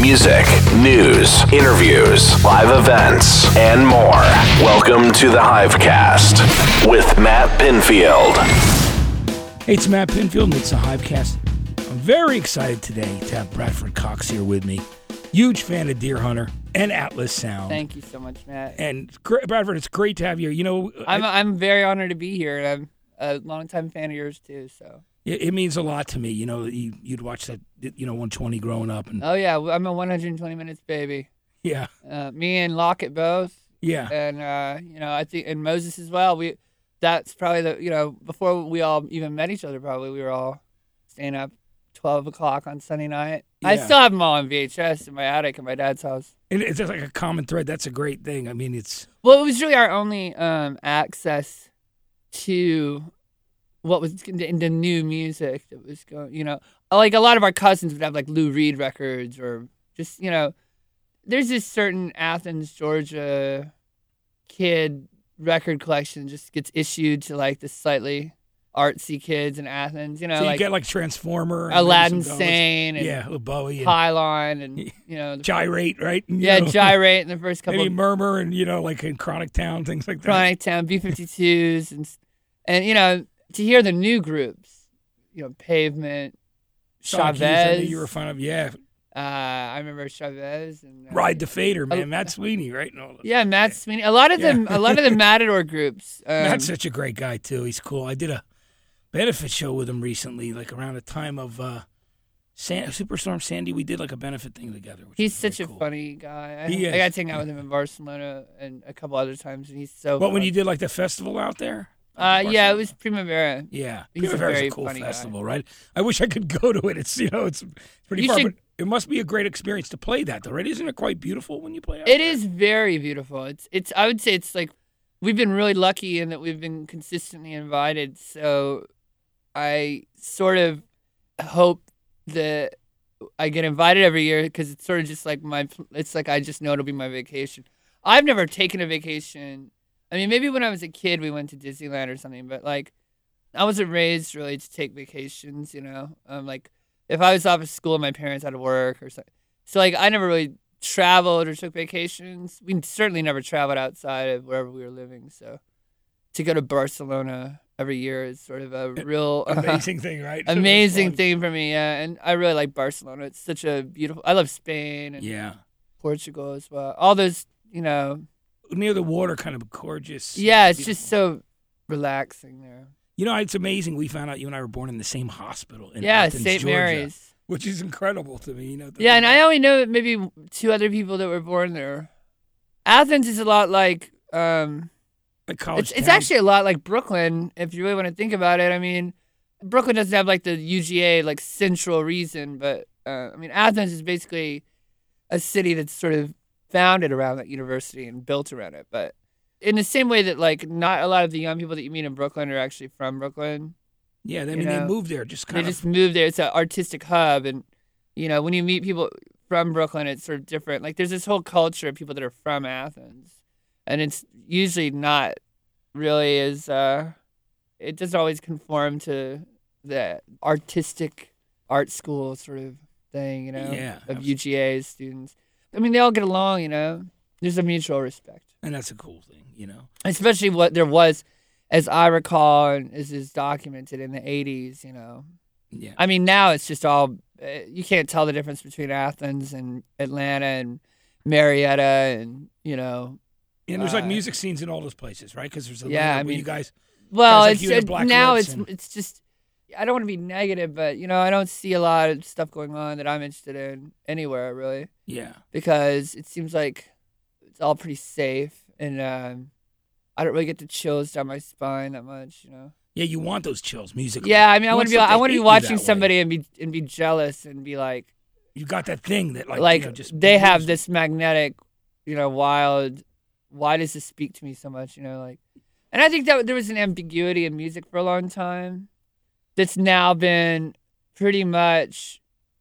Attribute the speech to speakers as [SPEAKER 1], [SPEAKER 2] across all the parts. [SPEAKER 1] music, news, interviews, live events, and more. Welcome to the Hivecast with Matt Pinfield.
[SPEAKER 2] Hey, it's Matt Pinfield, and it's the Hivecast. I'm very excited today to have Bradford Cox here with me. Huge fan of Deer Hunter and Atlas Sound.
[SPEAKER 3] Thank you so much, Matt.
[SPEAKER 2] and gr- Bradford, it's great to have you. You know,
[SPEAKER 3] I'm I'm very honored to be here, and I'm a longtime fan of yours too. So,
[SPEAKER 2] it, it means a lot to me. You know, you, you'd watch that, you know, 120 growing up, and
[SPEAKER 3] oh yeah, I'm a 120 minutes baby.
[SPEAKER 2] yeah,
[SPEAKER 3] Uh, me and Lockett both,
[SPEAKER 2] yeah,
[SPEAKER 3] and uh, you know I think and Moses as well. We that's probably the you know before we all even met each other, probably we were all staying up 12 o'clock on Sunday night. I
[SPEAKER 2] Yeah.
[SPEAKER 3] still have them all on VHS in my attic at my dad's house.
[SPEAKER 2] and it's just like a common thread. That's a great thing. I mean, it's
[SPEAKER 3] Well, it was really our only um, access to what was the the new music that was going. You know, like a lot of our cousins would have like Lou Reed records or just you know, there's this certain Athens, Georgia kid record collection just gets issued to like the slightly artsy kids in Athens. You know,
[SPEAKER 2] so you
[SPEAKER 3] like
[SPEAKER 2] get like Transformer, and maybe
[SPEAKER 3] Aladdin
[SPEAKER 2] some dollars.
[SPEAKER 3] Sane and
[SPEAKER 2] yeah, Bowie, and
[SPEAKER 3] Pylon and you know, the,
[SPEAKER 2] Gyrate, right? And, you
[SPEAKER 3] yeah,
[SPEAKER 2] know,
[SPEAKER 3] Gyrate in the first couple.
[SPEAKER 2] Maybe
[SPEAKER 3] of-
[SPEAKER 2] Murmur, and you know, like in Chronic Town, things like that.
[SPEAKER 3] Chronic Town, B 52s, and, and, you know, to hear the new groups, you know, Pavement,
[SPEAKER 2] Sean Keys, I knew
[SPEAKER 3] Chavez.
[SPEAKER 2] you were a fan of, yeah.
[SPEAKER 3] uh, I remember Chavez. And, uh,
[SPEAKER 2] Ride the Fader,
[SPEAKER 3] I-
[SPEAKER 2] man. Matt Sweeney, right? And all that.
[SPEAKER 3] Yeah, Matt Sweeney. A lot of the
[SPEAKER 2] Yeah.
[SPEAKER 3] a lot of the Matador groups. Um,
[SPEAKER 2] Matt's such a great guy too. He's cool. I did a benefit show with him recently, like around the time of uh, San- Superstorm Sandy. We did like a benefit thing together. which
[SPEAKER 3] he's
[SPEAKER 2] was very
[SPEAKER 3] such a
[SPEAKER 2] cool.
[SPEAKER 3] funny guy. I,
[SPEAKER 2] He is.
[SPEAKER 3] I got to hang out with him in Barcelona and a couple other times, and he's so.
[SPEAKER 2] What when
[SPEAKER 3] fun.
[SPEAKER 2] you did like the festival out there?
[SPEAKER 3] Uh, yeah,
[SPEAKER 2] Barcelona.
[SPEAKER 3] it was Primavera.
[SPEAKER 2] Yeah,
[SPEAKER 3] He's a
[SPEAKER 2] Primavera's
[SPEAKER 3] very
[SPEAKER 2] cool
[SPEAKER 3] funny guy.
[SPEAKER 2] festival, right? I wish I could go to it. It's you know, it's, it's pretty
[SPEAKER 3] You
[SPEAKER 2] far,
[SPEAKER 3] should-
[SPEAKER 2] but it must be a great experience to play that, though, right? Isn't it quite beautiful when you play out
[SPEAKER 3] It
[SPEAKER 2] there?
[SPEAKER 3] is very beautiful. It's it's I would say it's like we've been really lucky in that we've been consistently invited. So I sort of hope that I get invited every year because it's sort of just like my it's like I just know it'll be my vacation. I've never taken a vacation. I mean, maybe when I was a kid we went to Disneyland or something, but like I wasn't raised really to take vacations, you know. Um like if I was off of school, my parents had to work or something. So like I never really traveled or took vacations. We certainly never traveled outside of wherever we were living. So to go to Barcelona every year is sort of a real
[SPEAKER 2] amazing thing, right? It was
[SPEAKER 3] amazing
[SPEAKER 2] fun.
[SPEAKER 3] thing for me. Yeah, and I really like Barcelona. It's such a beautiful. I love Spain and
[SPEAKER 2] Yeah,
[SPEAKER 3] Portugal as well. All those, you know.
[SPEAKER 2] near the water, kind of gorgeous.
[SPEAKER 3] Yeah, it's just so relaxing there.
[SPEAKER 2] You know, it's amazing. We found out you and I were born in the same hospital in
[SPEAKER 3] yeah,
[SPEAKER 2] Athens,
[SPEAKER 3] St.
[SPEAKER 2] Georgia,
[SPEAKER 3] Mary's.
[SPEAKER 2] which is incredible to me. You know. to
[SPEAKER 3] Yeah,
[SPEAKER 2] think
[SPEAKER 3] and I only know maybe two other people that were born there. Athens is a lot like um,
[SPEAKER 2] about the college
[SPEAKER 3] It's, it's
[SPEAKER 2] town.
[SPEAKER 3] actually a lot like Brooklyn, if you really want to think about it. I mean, Brooklyn doesn't have like the UGA like central reason, but uh, I mean Athens is basically a city that's sort of founded around that university and built around it. But in the same way that like not a lot of the young people that you meet in Brooklyn are actually from Brooklyn,
[SPEAKER 2] yeah. I
[SPEAKER 3] you
[SPEAKER 2] mean, they
[SPEAKER 3] know,
[SPEAKER 2] moved there just kind
[SPEAKER 3] they
[SPEAKER 2] of.
[SPEAKER 3] just moved there. It's an artistic hub, and you know when you meet people from Brooklyn, it's sort of different. Like there's this whole culture of people that are from Athens, and it's usually not really as uh, it doesn't always conform to the artistic art school sort of thing, you know,
[SPEAKER 2] Yeah,
[SPEAKER 3] of
[SPEAKER 2] abs-
[SPEAKER 3] UGA students. I mean, they all get along, you know. There's a mutual respect
[SPEAKER 2] and that's a cool thing, you know.
[SPEAKER 3] especially what there was, as I recall, and as is documented in the '80s. You know,
[SPEAKER 2] Yeah.
[SPEAKER 3] I mean, now it's just all eh, you can't tell the difference between Athens and Atlanta and Marietta, and you know,
[SPEAKER 2] And there's like
[SPEAKER 3] uh,
[SPEAKER 2] music scenes in all those places, right? Because there's a
[SPEAKER 3] Yeah,
[SPEAKER 2] lineup
[SPEAKER 3] I
[SPEAKER 2] where you
[SPEAKER 3] mean-
[SPEAKER 2] guys.
[SPEAKER 3] well,
[SPEAKER 2] like
[SPEAKER 3] it's
[SPEAKER 2] you and
[SPEAKER 3] it-
[SPEAKER 2] Black
[SPEAKER 3] now
[SPEAKER 2] Lips
[SPEAKER 3] it's
[SPEAKER 2] and-
[SPEAKER 3] it's just. I don't want to be negative, but you know, I don't see a lot of stuff going on that I'm interested in anywhere really,
[SPEAKER 2] Yeah.
[SPEAKER 3] because it seems like it's all pretty safe, and um, I don't really get the chills down my spine that much, you know.
[SPEAKER 2] Yeah, you want those chills musically.
[SPEAKER 3] Yeah, I mean, I
[SPEAKER 2] You
[SPEAKER 3] want to be.
[SPEAKER 2] something
[SPEAKER 3] I want to
[SPEAKER 2] hit
[SPEAKER 3] be
[SPEAKER 2] you
[SPEAKER 3] watching
[SPEAKER 2] that way.
[SPEAKER 3] somebody and be and be jealous and be like,
[SPEAKER 2] You got that thing that like,
[SPEAKER 3] like,
[SPEAKER 2] you know, just
[SPEAKER 3] they have this magnetic, you know, wild. Why does this speak to me so much? You know, like, and I think that there was an ambiguity in music for a long time, that's now been pretty much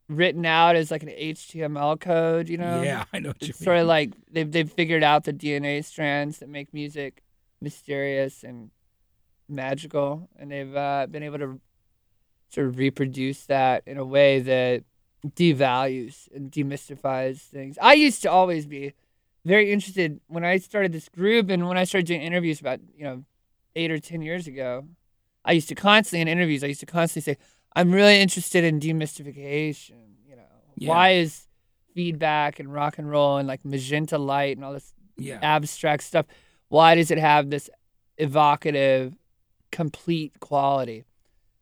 [SPEAKER 3] written out as like an HTML code. You know,
[SPEAKER 2] Yeah, I know what you
[SPEAKER 3] it's
[SPEAKER 2] mean.
[SPEAKER 3] sort of like they've they've figured out the DNA strands that make music mysterious and magical, and they've uh, been able to sort of reproduce that in a way that devalues and demystifies things. I used to always be very interested when I started this group and when I started doing interviews about, you know, eight or 10 years ago. I used to constantly in interviews, I used to constantly say, I'm really interested in demystification. You know,
[SPEAKER 2] Yeah.
[SPEAKER 3] why is feedback and rock and roll and like magenta light and all this
[SPEAKER 2] Yeah.
[SPEAKER 3] abstract stuff. Why does it have this evocative, complete quality?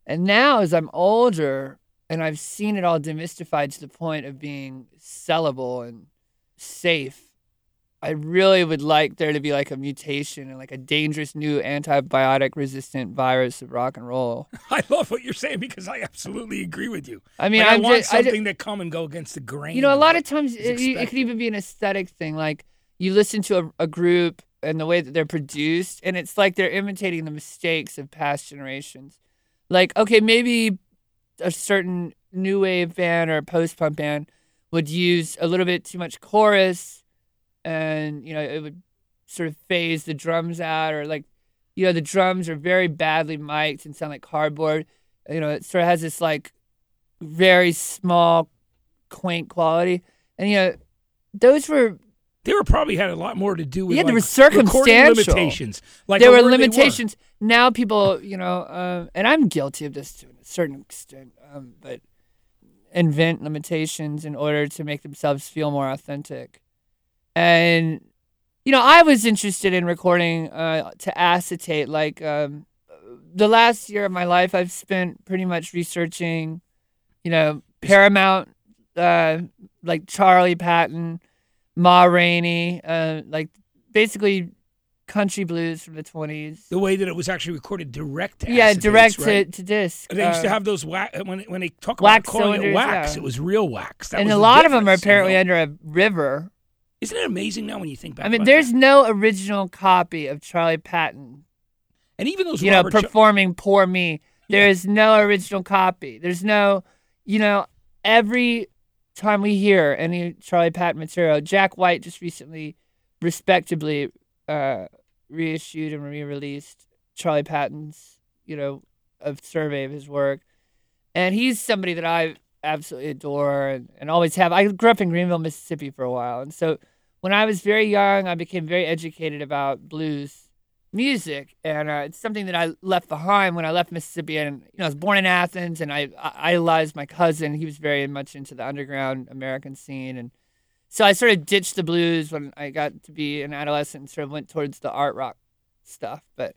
[SPEAKER 3] And now, as I'm older and I've seen it all demystified to the point of being sellable and safe, I really would like there to be like a mutation and like a dangerous new antibiotic resistant virus of rock and roll.
[SPEAKER 2] I love what you're saying because I absolutely agree with you.
[SPEAKER 3] I mean,
[SPEAKER 2] Like, I
[SPEAKER 3] I'm
[SPEAKER 2] want
[SPEAKER 3] just- I ju-
[SPEAKER 2] something that come and go against the grain.
[SPEAKER 3] You know, a lot of times
[SPEAKER 2] is
[SPEAKER 3] e, it, it
[SPEAKER 2] expected.
[SPEAKER 3] could even be an aesthetic thing. Like you listen to a, a group and the way that they're produced, and it's like they're imitating the mistakes of past generations. Like, okay, maybe a certain new wave band or post punk band would use a little bit too much chorus, and you know, it would sort of phase the drums out, or like, you know, the drums are very badly mic'd and sound like cardboard. You know, it sort of has this like very small quaint quality. And you know, those were
[SPEAKER 2] they were probably had a lot more to do with
[SPEAKER 3] Yeah, they
[SPEAKER 2] like,
[SPEAKER 3] were
[SPEAKER 2] recording
[SPEAKER 3] circumstantial.
[SPEAKER 2] limitations. Like
[SPEAKER 3] there
[SPEAKER 2] or
[SPEAKER 3] were
[SPEAKER 2] where they
[SPEAKER 3] limitations. Now people, you know, uh, and I'm guilty of this to a certain extent, um, but invent limitations in order to make themselves feel more authentic. And you know, I was interested in recording uh, to acetate. Like um, the last year of my life, I've spent pretty much researching, you know, Paramount, uh, like Charlie Patton, Ma Rainey, uh, like basically country blues from the 20s.
[SPEAKER 2] The way that it was actually recorded direct. To
[SPEAKER 3] yeah,
[SPEAKER 2] acetates,
[SPEAKER 3] direct
[SPEAKER 2] right?
[SPEAKER 3] to, to disc.
[SPEAKER 2] They used to
[SPEAKER 3] um,
[SPEAKER 2] have those wax when when they talk about
[SPEAKER 3] wax
[SPEAKER 2] calling it
[SPEAKER 3] cylinders,
[SPEAKER 2] wax.
[SPEAKER 3] yeah.
[SPEAKER 2] It was real wax. That
[SPEAKER 3] and
[SPEAKER 2] was
[SPEAKER 3] a
[SPEAKER 2] the
[SPEAKER 3] lot of them are
[SPEAKER 2] difference, you know?
[SPEAKER 3] apparently under a river.
[SPEAKER 2] Isn't it amazing now when you think back?
[SPEAKER 3] I mean,
[SPEAKER 2] about
[SPEAKER 3] there's
[SPEAKER 2] that?
[SPEAKER 3] no original copy of Charlie Patton,
[SPEAKER 2] and even those
[SPEAKER 3] you know,
[SPEAKER 2] Robert Cho-
[SPEAKER 3] performing Poor Me. There is no original copy. There's no, you know, every time we hear any Charlie Patton material, Jack White just recently respectably uh, reissued and re released Charlie Patton's, you know, a survey of his work. And he's somebody that I absolutely adore and, and always have. I grew up in Greenville, Mississippi for a while. And so when I was very young, I became very educated about blues music. And uh, it's something that I left behind when I left Mississippi. And, you know, I was born in Athens and I, I idolized my cousin. He was very much into the underground American scene. And so I sort of ditched the blues when I got to be an adolescent and sort of went towards the art rock stuff. But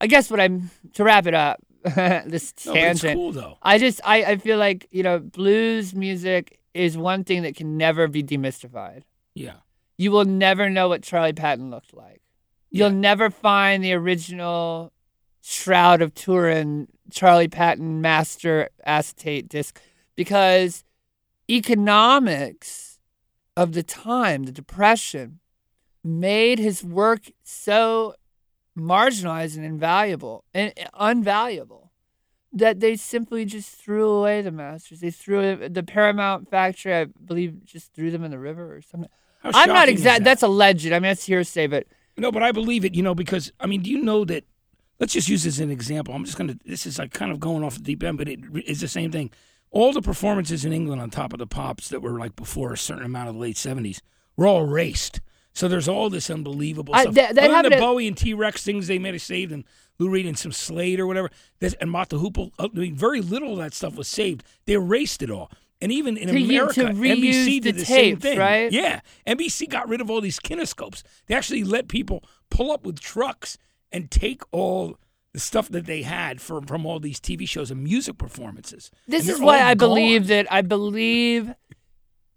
[SPEAKER 3] I guess what I'm to wrap it up, this
[SPEAKER 2] no, but it's
[SPEAKER 3] tangent.
[SPEAKER 2] cool though.
[SPEAKER 3] I just I, I feel like, you know, blues music is one thing that can never be demystified.
[SPEAKER 2] Yeah,
[SPEAKER 3] You will never know what Charlie Patton looked like. You'll
[SPEAKER 2] Yeah.
[SPEAKER 3] never find the original Shroud of Turin Charlie Patton master acetate disc because economics of the time, the depression, made his work so marginalized and invaluable and uh, unvaluable that they simply just threw away the masters. They threw the Paramount factory, I believe, just threw them in the river or something.
[SPEAKER 2] How
[SPEAKER 3] I'm not
[SPEAKER 2] shocking is
[SPEAKER 3] exact.
[SPEAKER 2] that?
[SPEAKER 3] That's a legend. I mean, that's hearsay, but
[SPEAKER 2] No, but I believe it, you know, because I mean, do you know that? Let's just use this as an example. I'm just gonna. This is like kind of going off the deep end, but it is the same thing. All the performances in England on top of the pops that were like before a certain amount of the late '70s were all raced. So there's all this unbelievable
[SPEAKER 3] I-
[SPEAKER 2] stuff.
[SPEAKER 3] that-
[SPEAKER 2] Other
[SPEAKER 3] that
[SPEAKER 2] than the
[SPEAKER 3] happened at-
[SPEAKER 2] Bowie and T Rex things they may have saved, and Lou Reed and some Slade or whatever, this, and Mata Hoople. uh, I mean, very little of that stuff was saved. They erased it all. And even in
[SPEAKER 3] To u-
[SPEAKER 2] America,
[SPEAKER 3] to
[SPEAKER 2] NBC
[SPEAKER 3] reuse
[SPEAKER 2] did
[SPEAKER 3] the
[SPEAKER 2] the same
[SPEAKER 3] tapes,
[SPEAKER 2] thing,
[SPEAKER 3] right?
[SPEAKER 2] yeah, NBC got rid of all these kinescopes. They actually let people pull up with trucks and take all the stuff that they had from from all these TV shows and music performances.
[SPEAKER 3] This
[SPEAKER 2] And
[SPEAKER 3] is
[SPEAKER 2] they're
[SPEAKER 3] why
[SPEAKER 2] all
[SPEAKER 3] I
[SPEAKER 2] gone.
[SPEAKER 3] believe that I believe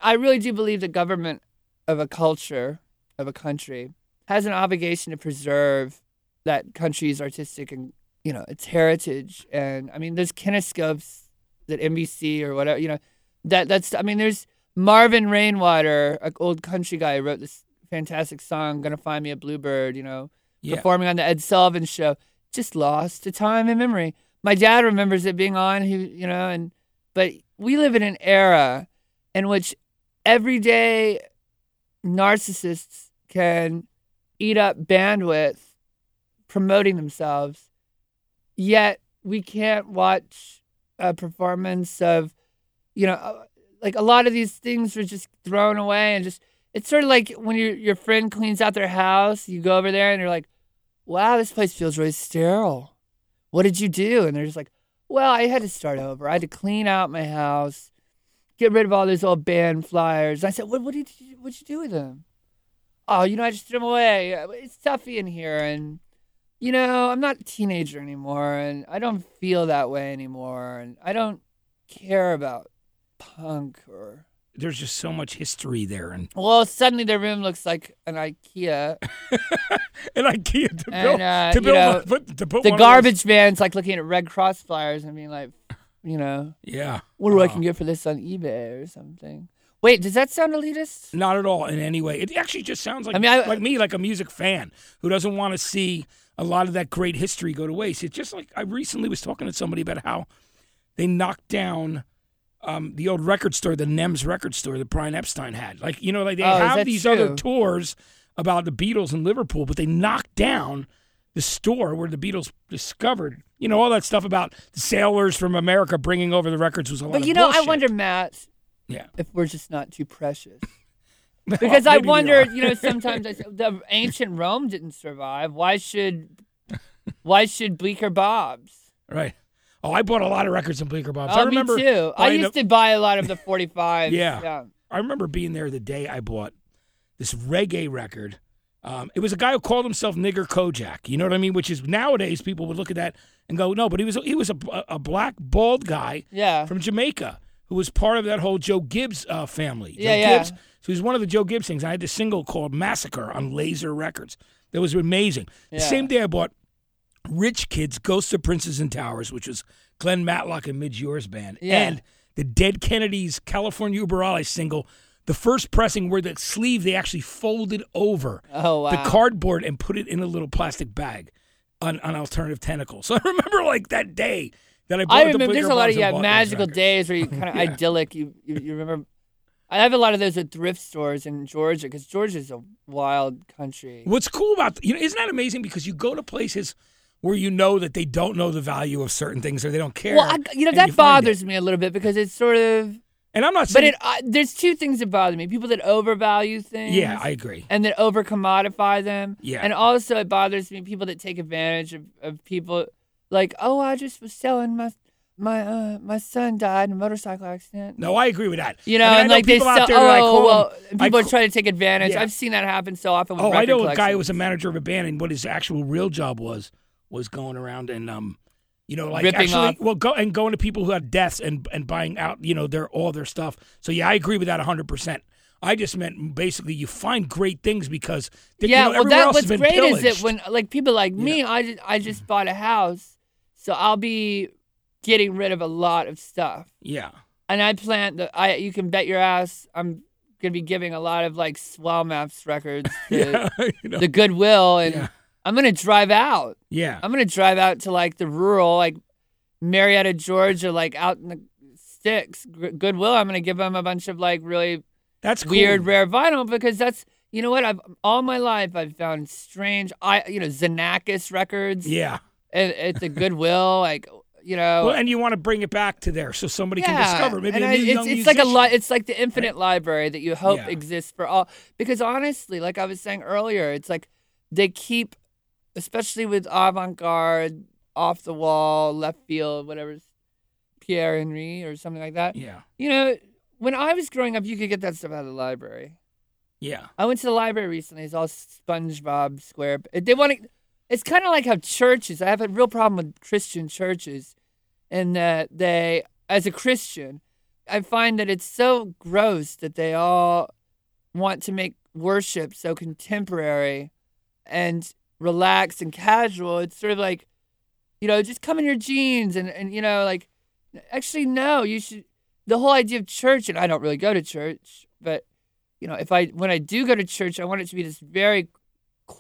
[SPEAKER 3] I really do believe the government of a culture of a country has an obligation to preserve that country's artistic and you know its heritage and I mean there's kinescopes that NBC or whatever you know that that's I mean there's Marvin Rainwater an old country guy who wrote this fantastic song gonna find me a bluebird you know
[SPEAKER 2] Yeah.
[SPEAKER 3] performing on the Ed Sullivan show, just lost to time and memory. My dad remembers it being on, he, you know, and but we live in an era in which everyday narcissists can eat up bandwidth promoting themselves, yet we can't watch a performance of, you know, uh, like a lot of these things are just thrown away and just it's sort of like when your your friend cleans out their house, you go over there and you're like, "Wow, this place feels really sterile. What did you do?" And they're just like, "Well, I had to start over. I had to clean out my house, get rid of all these old band flyers." And I said, "What? What did you? What'd you do with them?" Oh, you know, I just threw them away. It's stuffy in here, and you know, I'm not a teenager anymore, and I don't feel that way anymore, and I don't care about punk or
[SPEAKER 2] There's just so much history there, and
[SPEAKER 3] well, suddenly their room looks like an IKEA.
[SPEAKER 2] and IKEA to
[SPEAKER 3] And,
[SPEAKER 2] build
[SPEAKER 3] uh,
[SPEAKER 2] to
[SPEAKER 3] you
[SPEAKER 2] build
[SPEAKER 3] know,
[SPEAKER 2] one- put- to put
[SPEAKER 3] The
[SPEAKER 2] one of those-
[SPEAKER 3] garbage man's like looking at Red Cross flyers and being like, you know,
[SPEAKER 2] Yeah,
[SPEAKER 3] what do I
[SPEAKER 2] Wow.
[SPEAKER 3] can get for this on eBay or something? Wait, does that sound elitist?
[SPEAKER 2] not at all in any way. It actually just sounds like
[SPEAKER 3] I mean, I-
[SPEAKER 2] like me, like a music fan who doesn't want to see a lot of that great history go to waste. It's just like I recently was talking to somebody about how they knocked down um, the old record store, the NEMS record store that Brian Epstein had. Like you know, like they
[SPEAKER 3] Oh, is
[SPEAKER 2] have
[SPEAKER 3] that
[SPEAKER 2] these
[SPEAKER 3] true?
[SPEAKER 2] other tours about the Beatles in Liverpool, but they knocked down the store where the Beatles discovered. You know all that stuff about the sailors from America bringing over the records was a lot.
[SPEAKER 3] But
[SPEAKER 2] of
[SPEAKER 3] you know, I
[SPEAKER 2] bullshit.
[SPEAKER 3] wonder, Matt,
[SPEAKER 2] Yeah,
[SPEAKER 3] if we're just not too precious. Because I
[SPEAKER 2] Maybe we
[SPEAKER 3] wonder,
[SPEAKER 2] are.
[SPEAKER 3] you know, sometimes I, the ancient Rome didn't survive. Why should, why should Bleecker Bob's?
[SPEAKER 2] Right. Oh, I bought a lot of records in Bleecker Bob's.
[SPEAKER 3] oh,
[SPEAKER 2] I remember.
[SPEAKER 3] me too. I
[SPEAKER 2] buying
[SPEAKER 3] used
[SPEAKER 2] a-
[SPEAKER 3] to buy a lot of the 45s.
[SPEAKER 2] Yeah. I remember being there the day I bought this reggae record. Um, it was a guy who called himself Nigger Kojak. You know what I mean? Which is nowadays people would look at that and go, no, but he was he was a, a black bald guy
[SPEAKER 3] Yeah.
[SPEAKER 2] from Jamaica who was part of that whole Joe Gibbs uh, family. Joe
[SPEAKER 3] Yeah, yeah.
[SPEAKER 2] Gibbs. So he was one of the Joe Gibbs things. I had this single called Massacre on Laser Records. That was amazing. The
[SPEAKER 3] Yeah.
[SPEAKER 2] same day I bought Rich Kids, Ghosts of Princes and Towers, which was Glenn Matlock and Midge Yours band,
[SPEAKER 3] Yeah.
[SPEAKER 2] and the Dead Kennedys California Uberale single, the first pressing where the sleeve they actually folded over
[SPEAKER 3] Oh wow.
[SPEAKER 2] the cardboard and put it in a little plastic bag on, on alternative tentacle. So I remember like that day that I bought
[SPEAKER 3] I
[SPEAKER 2] the
[SPEAKER 3] remember there's
[SPEAKER 2] Bleaker
[SPEAKER 3] a lot
[SPEAKER 2] Bobs
[SPEAKER 3] of
[SPEAKER 2] and
[SPEAKER 3] yeah
[SPEAKER 2] bought those
[SPEAKER 3] magical
[SPEAKER 2] records.
[SPEAKER 3] days where you kind of idyllic. You, you you remember. I have a lot of those at thrift stores in Georgia because Georgia's a wild country.
[SPEAKER 2] What's cool about you know isn't that amazing because you go to places where you know that they don't know the value of certain things or they don't care.
[SPEAKER 3] Well, I, you know
[SPEAKER 2] and find
[SPEAKER 3] that
[SPEAKER 2] it.
[SPEAKER 3] bothers me a little bit because it's sort of.
[SPEAKER 2] And I'm not saying
[SPEAKER 3] But it uh, there's two things that bother me: people that overvalue things.
[SPEAKER 2] Yeah, I agree.
[SPEAKER 3] and that over commodify them.
[SPEAKER 2] Yeah.
[SPEAKER 3] And also it bothers me people that take advantage of, of people like, oh, I just was selling my my uh, my son died in a motorcycle accident.
[SPEAKER 2] No, I agree with that.
[SPEAKER 3] You know,
[SPEAKER 2] I mean, I
[SPEAKER 3] and like they
[SPEAKER 2] people
[SPEAKER 3] sell.
[SPEAKER 2] out there that I
[SPEAKER 3] oh,
[SPEAKER 2] call
[SPEAKER 3] well,
[SPEAKER 2] them- I
[SPEAKER 3] people
[SPEAKER 2] ca-
[SPEAKER 3] try to take advantage.
[SPEAKER 2] Yeah.
[SPEAKER 3] I've seen that happen so often. With
[SPEAKER 2] Oh, I
[SPEAKER 3] record
[SPEAKER 2] know a guy who was
[SPEAKER 3] collections.
[SPEAKER 2] a manager of a band, and what his actual real job was was going around and um, you know, like
[SPEAKER 3] Ripping
[SPEAKER 2] actually,
[SPEAKER 3] off.
[SPEAKER 2] well, go and going to people who had deaths and and buying out, you know, their all their stuff. So yeah, I agree with that hundred percent. I just meant basically you find great things because th- you
[SPEAKER 3] Yeah,
[SPEAKER 2] know,
[SPEAKER 3] well,
[SPEAKER 2] everywhere
[SPEAKER 3] that
[SPEAKER 2] else
[SPEAKER 3] what's
[SPEAKER 2] has been
[SPEAKER 3] great is
[SPEAKER 2] pillaged.
[SPEAKER 3] that when like people like me, I just, I just bought a house, so I'll be getting rid of a lot of stuff.
[SPEAKER 2] yeah,
[SPEAKER 3] and I plan the I you can bet your ass I'm gonna be giving a lot of like Swell Maps records to
[SPEAKER 2] yeah, you know,
[SPEAKER 3] the Goodwill and
[SPEAKER 2] Yeah.
[SPEAKER 3] I'm gonna drive out.
[SPEAKER 2] yeah.
[SPEAKER 3] I'm gonna drive out to like the rural, like Marietta, Georgia, like out in the sticks. G- Goodwill. I'm gonna give them a bunch of like really
[SPEAKER 2] That's cool.
[SPEAKER 3] weird, rare vinyl because that's you know what I've all my life I've found strange. I you know Xenakis records
[SPEAKER 2] Yeah.
[SPEAKER 3] at, at the Goodwill, like you know.
[SPEAKER 2] Well, and you want to bring it back to there so somebody can discover maybe
[SPEAKER 3] Oh. and
[SPEAKER 2] a
[SPEAKER 3] I-
[SPEAKER 2] new
[SPEAKER 3] it's,
[SPEAKER 2] young
[SPEAKER 3] it's like a
[SPEAKER 2] musician.
[SPEAKER 3] li- it's like the infinite library that you hope
[SPEAKER 2] Yeah.
[SPEAKER 3] exists for all because honestly like i was saying earlier it's like they keep especially with avant-garde off the wall left field whatever pierre henry or something like that
[SPEAKER 2] Yeah.
[SPEAKER 3] you know when i was growing up you could get that stuff out of the library
[SPEAKER 2] Yeah.
[SPEAKER 3] i went to the library recently it's all spongebob square they want to it's kind of like how churches i have a real problem with christian churches and that they as a christian i find that it's so gross that they all want to make worship so contemporary and relaxed and casual it's sort of like you know just come in your jeans and, and you know like actually no you should the whole idea of church and i don't really go to church but you know if i when i do go to church i want it to be this very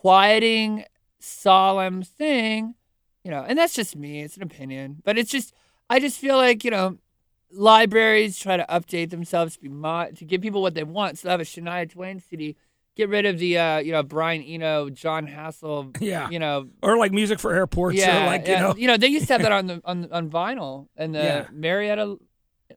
[SPEAKER 3] quieting solemn thing you know, and that's just me. It's an opinion, but it's just I just feel like you know, libraries try to update themselves to be mo- to give people what they want. So they have a Shania Twain CD. Get rid of the uh, you know Brian Eno, John Hassel,
[SPEAKER 2] Yeah.
[SPEAKER 3] you know,
[SPEAKER 2] Or like music for airports
[SPEAKER 3] yeah,
[SPEAKER 2] or like,
[SPEAKER 3] yeah.
[SPEAKER 2] you know.
[SPEAKER 3] they used to have that on the on on vinyl and the
[SPEAKER 2] Yeah.
[SPEAKER 3] Marietta